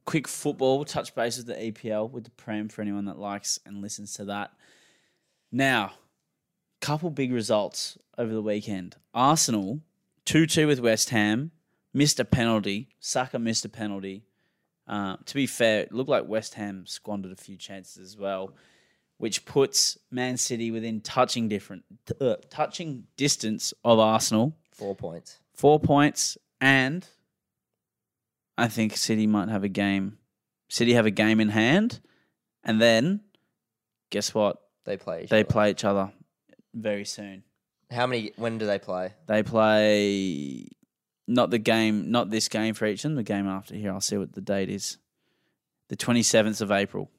Speaker 1: quick football touch base with the EPL with the Prem for anyone that likes and listens to that. Now, couple big results over the weekend. Arsenal two two with West Ham missed a penalty. Saka missed a penalty. Uh, to be fair, it looked like West Ham squandered a few chances as well, which puts Man City within touching different uh, touching distance of Arsenal
Speaker 3: Four points.
Speaker 1: four points, and I think City might have a game. City have a game in hand, and then guess what?
Speaker 3: They play. Each
Speaker 1: They
Speaker 3: other.
Speaker 1: play each other very soon.
Speaker 3: How many? When do they play?
Speaker 1: They play not the game, not this game for each of them. The game after here, I'll see what the date is. The twenty seventh of April.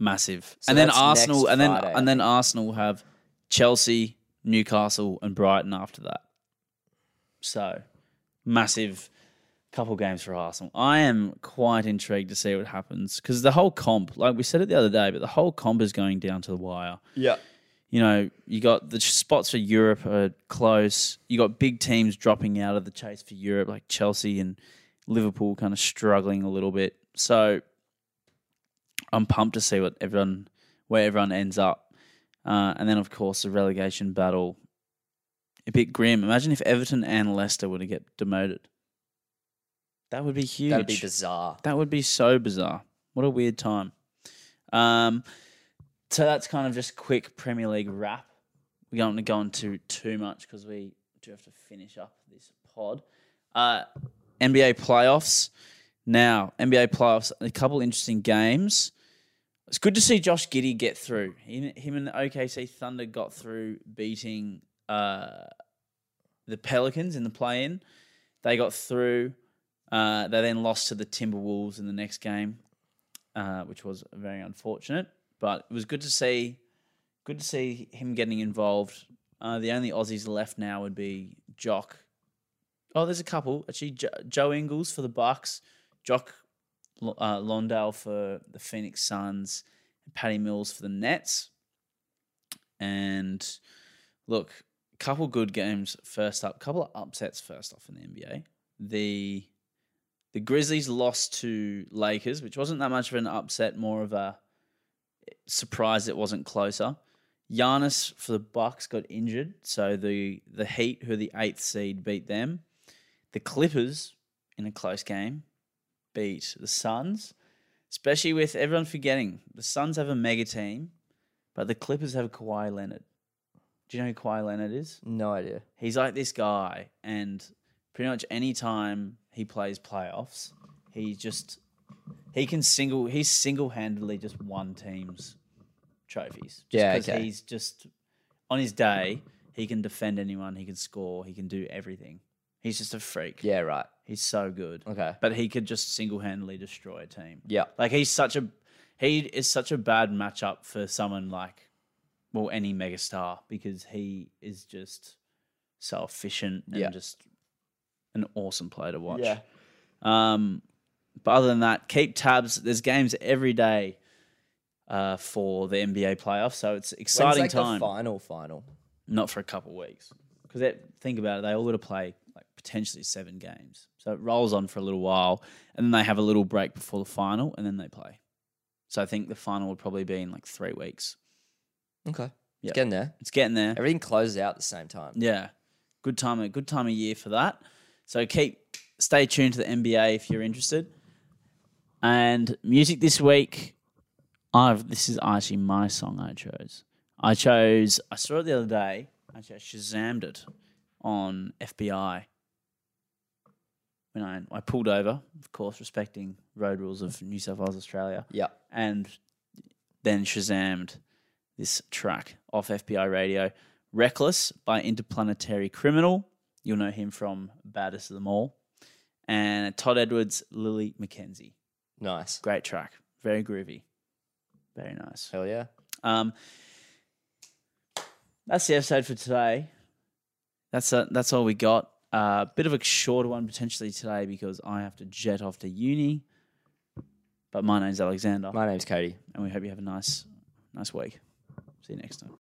Speaker 1: Massive,
Speaker 3: So
Speaker 1: and then
Speaker 3: that's
Speaker 1: Arsenal,
Speaker 3: next
Speaker 1: and then
Speaker 3: Friday, I
Speaker 1: and then Arsenal will have Chelsea, Newcastle, and Brighton after that. So, massive couple games for Arsenal. I am quite intrigued to see what happens because the whole comp, like we said it the other day, but the whole comp is going down to the wire
Speaker 3: Yeah.
Speaker 1: you know, you got the spots for Europe are close. You got big teams dropping out of the chase for Europe, like Chelsea and Liverpool, kind of struggling a little bit. So I'm pumped to see what everyone where everyone ends up, uh, and then of course the relegation battle. A bit grim. Imagine if Everton and Leicester were to get demoted. That would be huge.
Speaker 3: That'd be bizarre.
Speaker 1: That would be so bizarre. What a weird time. Um, so that's kind of just quick Premier League wrap. We don't want to go into too much because we do have to finish up this pod. Uh, NBA playoffs. Now, NBA playoffs, a couple interesting games. It's good to see Josh Giddy get through. Him, him and the OKC Thunder got through beating uh, the Pelicans in the play in. They got through. Uh, they then lost to the Timberwolves in the next game, uh, which was very unfortunate. But it was good to see, good to see him getting involved. Uh, the only Aussies left now would be Jock. Oh, there's a couple actually. Jo- Joe Ingles for the Bucks, Jock L- uh, Londale for the Phoenix Suns, and Patty Mills for the Nets. And look, couple good games first up, couple of upsets first off in the NBA. The the Grizzlies lost to Lakers, which wasn't that much of an upset, more of a surprise it wasn't closer. Giannis for the Bucks got injured, so the the Heat, who are the eighth seed, beat them. The Clippers in a close game beat the Suns, especially with everyone forgetting the Suns have a mega team, but the Clippers have Kawhi Leonard. Do you know who Kawhi Leonard is?
Speaker 3: No idea.
Speaker 1: he's like this guy, and pretty much any time he plays playoffs, he just he can single he's single handedly just won teams trophies. Just
Speaker 3: Yeah,
Speaker 1: 'cause
Speaker 3: okay.
Speaker 1: he's just on his day he can defend anyone, he can score, he can do everything. He's just a freak.
Speaker 3: Yeah. Right.
Speaker 1: He's so good,
Speaker 3: Okay.
Speaker 1: but he could just single handedly destroy a team.
Speaker 3: Yeah.
Speaker 1: Like he's such a he is such a bad matchup for someone like well any megastar because he is just so efficient and
Speaker 3: Yeah.
Speaker 1: just an awesome player to watch.
Speaker 3: Yeah.
Speaker 1: Um but other than that, keep tabs. There's games every day. uh, for the NBA playoffs. So it's exciting
Speaker 3: When's, like,
Speaker 1: time.
Speaker 3: The final, final.
Speaker 1: Not for a couple of weeks because think about it, they all got to play like potentially seven games. So it rolls on for a little while, and then they have a little break before the final, and then they play. So I think the final would probably be in like three weeks.
Speaker 3: Okay. It's
Speaker 1: Yeah.
Speaker 3: Getting there.
Speaker 1: It's getting there.
Speaker 3: Everything closes out at the same time.
Speaker 1: Yeah. Good time good time of year for that. So keep stay tuned to the NBA if you're interested. And music this week, I've this is actually my song I chose. I chose I saw it the other day, actually I Shazammed it on FBI. When I, I pulled over, of course, respecting road rules of New South Wales, Australia
Speaker 3: Yeah.
Speaker 1: and then Shazammed this track off FBI radio. Reckless by Interplanetary Criminal. You'll know him from Baddest of Them All. And Todd Edwards, Lily McKenzie.
Speaker 3: Nice.
Speaker 1: Great track. Very groovy. Very nice.
Speaker 3: Hell yeah.
Speaker 1: Um, that's the episode for today. That's uh that's all we got. A uh, bit of a shorter one potentially today because I have to jet off to uni. But my name's Alexander
Speaker 3: My name's Cody.
Speaker 1: and we hope you have a nice nice week. See you next time.